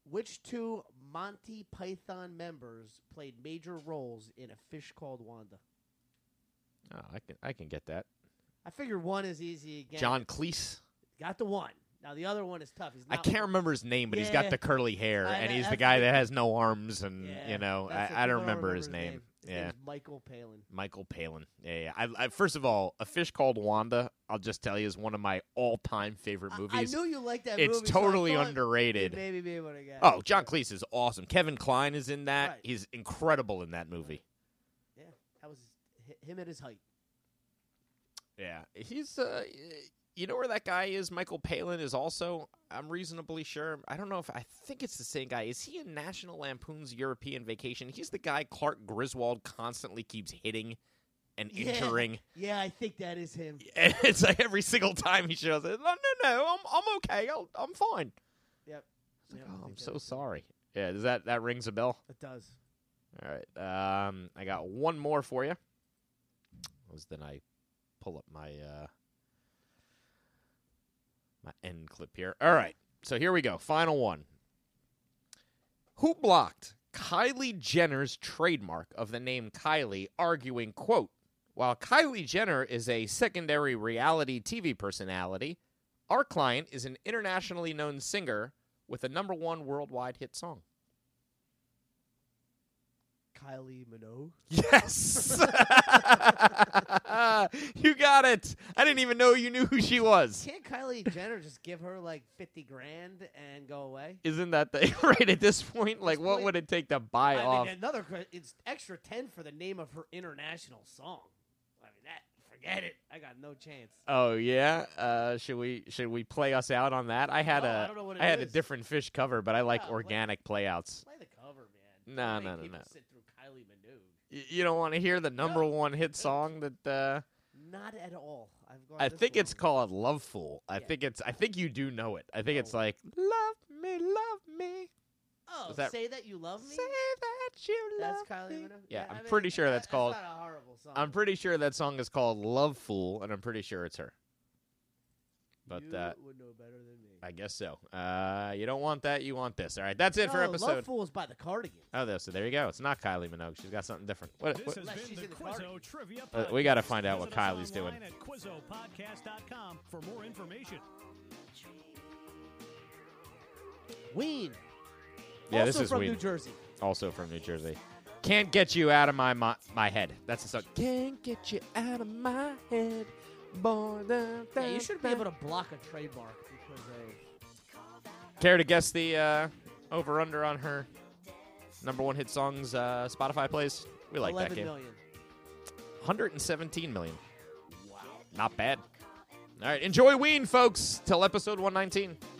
Speaker 3: Which two Monty Python members played major roles in A Fish Called Wanda?
Speaker 4: Oh, I can I can get that.
Speaker 3: I figure one is easy again.
Speaker 4: John Cleese.
Speaker 3: Got the one. Now the other one is tough. He's
Speaker 4: I
Speaker 3: not
Speaker 4: can't remember his name, but he's
Speaker 3: Yeah.
Speaker 4: got the curly hair,
Speaker 3: I-
Speaker 4: and
Speaker 3: I-
Speaker 4: he's
Speaker 3: I
Speaker 4: the guy
Speaker 3: forget-
Speaker 4: that has no arms, and
Speaker 3: Yeah,
Speaker 4: you know,
Speaker 3: that's it.
Speaker 4: I, I don't
Speaker 3: People
Speaker 4: remember his name.
Speaker 3: His
Speaker 4: yeah,
Speaker 3: name's Michael Palin.
Speaker 4: Michael Palin. Yeah, yeah. I, I, first of all, a fish called Wanda. I'll just tell you is one of my all-time favorite
Speaker 3: I-
Speaker 4: movies.
Speaker 3: I, knew you liked that
Speaker 4: it's
Speaker 3: movie. so I
Speaker 4: totally
Speaker 3: thought you'd
Speaker 4: underrated.
Speaker 3: Maybe be able to get.
Speaker 4: Oh, John Cleese is awesome. Kevin Klein is in that.
Speaker 3: Right.
Speaker 4: He's incredible in that movie.
Speaker 3: Yeah, that was hi- him at his height.
Speaker 4: Yeah, he's. Uh, you know where that guy is? Michael Palin is also. I'm reasonably sure. I don't know if I think it's the same guy. Is he in National Lampoon's European Vacation? He's the guy Clark Griswold constantly keeps hitting and
Speaker 3: Yeah.
Speaker 4: injuring.
Speaker 3: Yeah, I think that is him.
Speaker 4: And it's like every single time he shows up, no, no, no, I'm, I'm okay. I'll, I'm fine.
Speaker 3: Yep.
Speaker 4: It's like,
Speaker 3: Yeah, I
Speaker 4: oh, I'm
Speaker 3: think that
Speaker 4: so
Speaker 3: is him.
Speaker 4: sorry. Yeah, does that that rings a bell?
Speaker 3: It does.
Speaker 4: All right, um, I got one more for you. Was then I pull up my uh, my end clip here. All right, so here we go. Final one. Who blocked Kylie Jenner's trademark of the name Kylie, arguing, quote, while Kylie Jenner is a secondary reality TV personality, our client is an internationally known singer with a number one worldwide hit song.
Speaker 3: Kylie Minogue.
Speaker 4: Yes. you got it. I didn't even know you knew who she was.
Speaker 3: Can't Kylie Jenner just give her like fifty grand and go away?
Speaker 4: Isn't that the right at this point? Like, what
Speaker 3: point-
Speaker 4: would it take to buy
Speaker 3: I
Speaker 4: off?
Speaker 3: mean, another que- it's extra ten for the name of her international song. I mean, that forget it. I got no chance.
Speaker 4: oh yeah. Uh, should we should we play us out on that? I had
Speaker 3: Oh, I
Speaker 4: a
Speaker 3: don't know what it
Speaker 4: I had a
Speaker 3: is.
Speaker 4: different fish cover, but I like
Speaker 3: Yeah, what-
Speaker 4: organic playouts.
Speaker 3: Play the cover, man.
Speaker 4: No,
Speaker 3: How many
Speaker 4: no, no,
Speaker 3: people
Speaker 4: no.
Speaker 3: Sit through Kylie Minogue.
Speaker 4: Y- you don't want to hear the number one hit song that. Uh,
Speaker 3: Not at all. I've gone.
Speaker 4: I
Speaker 3: Oh, this
Speaker 4: think it's
Speaker 3: long.
Speaker 4: called Love Fool. I
Speaker 3: Yeah.
Speaker 4: think it's. I think you do know it. I think it's
Speaker 3: No.
Speaker 4: like Love Me, Love Me.
Speaker 3: Oh,
Speaker 4: is that-
Speaker 3: say that you love me.
Speaker 4: Say that you love
Speaker 3: that's Kylie
Speaker 4: me.
Speaker 3: Minogue.
Speaker 4: Yeah,
Speaker 3: I
Speaker 4: I'm
Speaker 3: mean,
Speaker 4: pretty sure
Speaker 3: that-
Speaker 4: that's called.
Speaker 3: not a horrible song.
Speaker 4: I'm pretty sure that song is called Love Fool, and I'm pretty sure it's her. But
Speaker 3: you
Speaker 4: uh,
Speaker 3: would know better than me.
Speaker 4: I guess so. Uh, you don't want that. You want this. All right, that's it for
Speaker 3: No, Oh, Love
Speaker 4: episode.
Speaker 3: Fools by the Cardigans.
Speaker 4: Oh, there, so there you go. It's not Kylie Minogue. She's got something different. What,
Speaker 2: This
Speaker 4: what-
Speaker 2: has
Speaker 3: Unless she's
Speaker 2: been the
Speaker 3: in the car.
Speaker 2: Quizzo Trivia
Speaker 4: Uh,
Speaker 2: Podcast.
Speaker 4: we gotta find out
Speaker 2: Visit
Speaker 4: what
Speaker 2: us
Speaker 4: Kylie's doing.
Speaker 2: online at QuizzoPodcast.com for more information.
Speaker 3: Ween.
Speaker 4: Yeah,
Speaker 3: also
Speaker 4: this is
Speaker 3: from
Speaker 4: Ween.
Speaker 3: New Jersey.
Speaker 4: also from New Jersey. Can't get you out of my my, my head. That's the song. Can't get you out of my head. Boy, da- da-
Speaker 3: Yeah, you should be
Speaker 4: da.
Speaker 3: able to block a trademark because they.
Speaker 4: Care to guess the uh, over under on her number one hit songs uh, Spotify plays? We like that
Speaker 3: 11
Speaker 4: game.
Speaker 3: million.
Speaker 4: 117 million. Wow. Not bad. All right. Enjoy Ween, folks, till episode 119.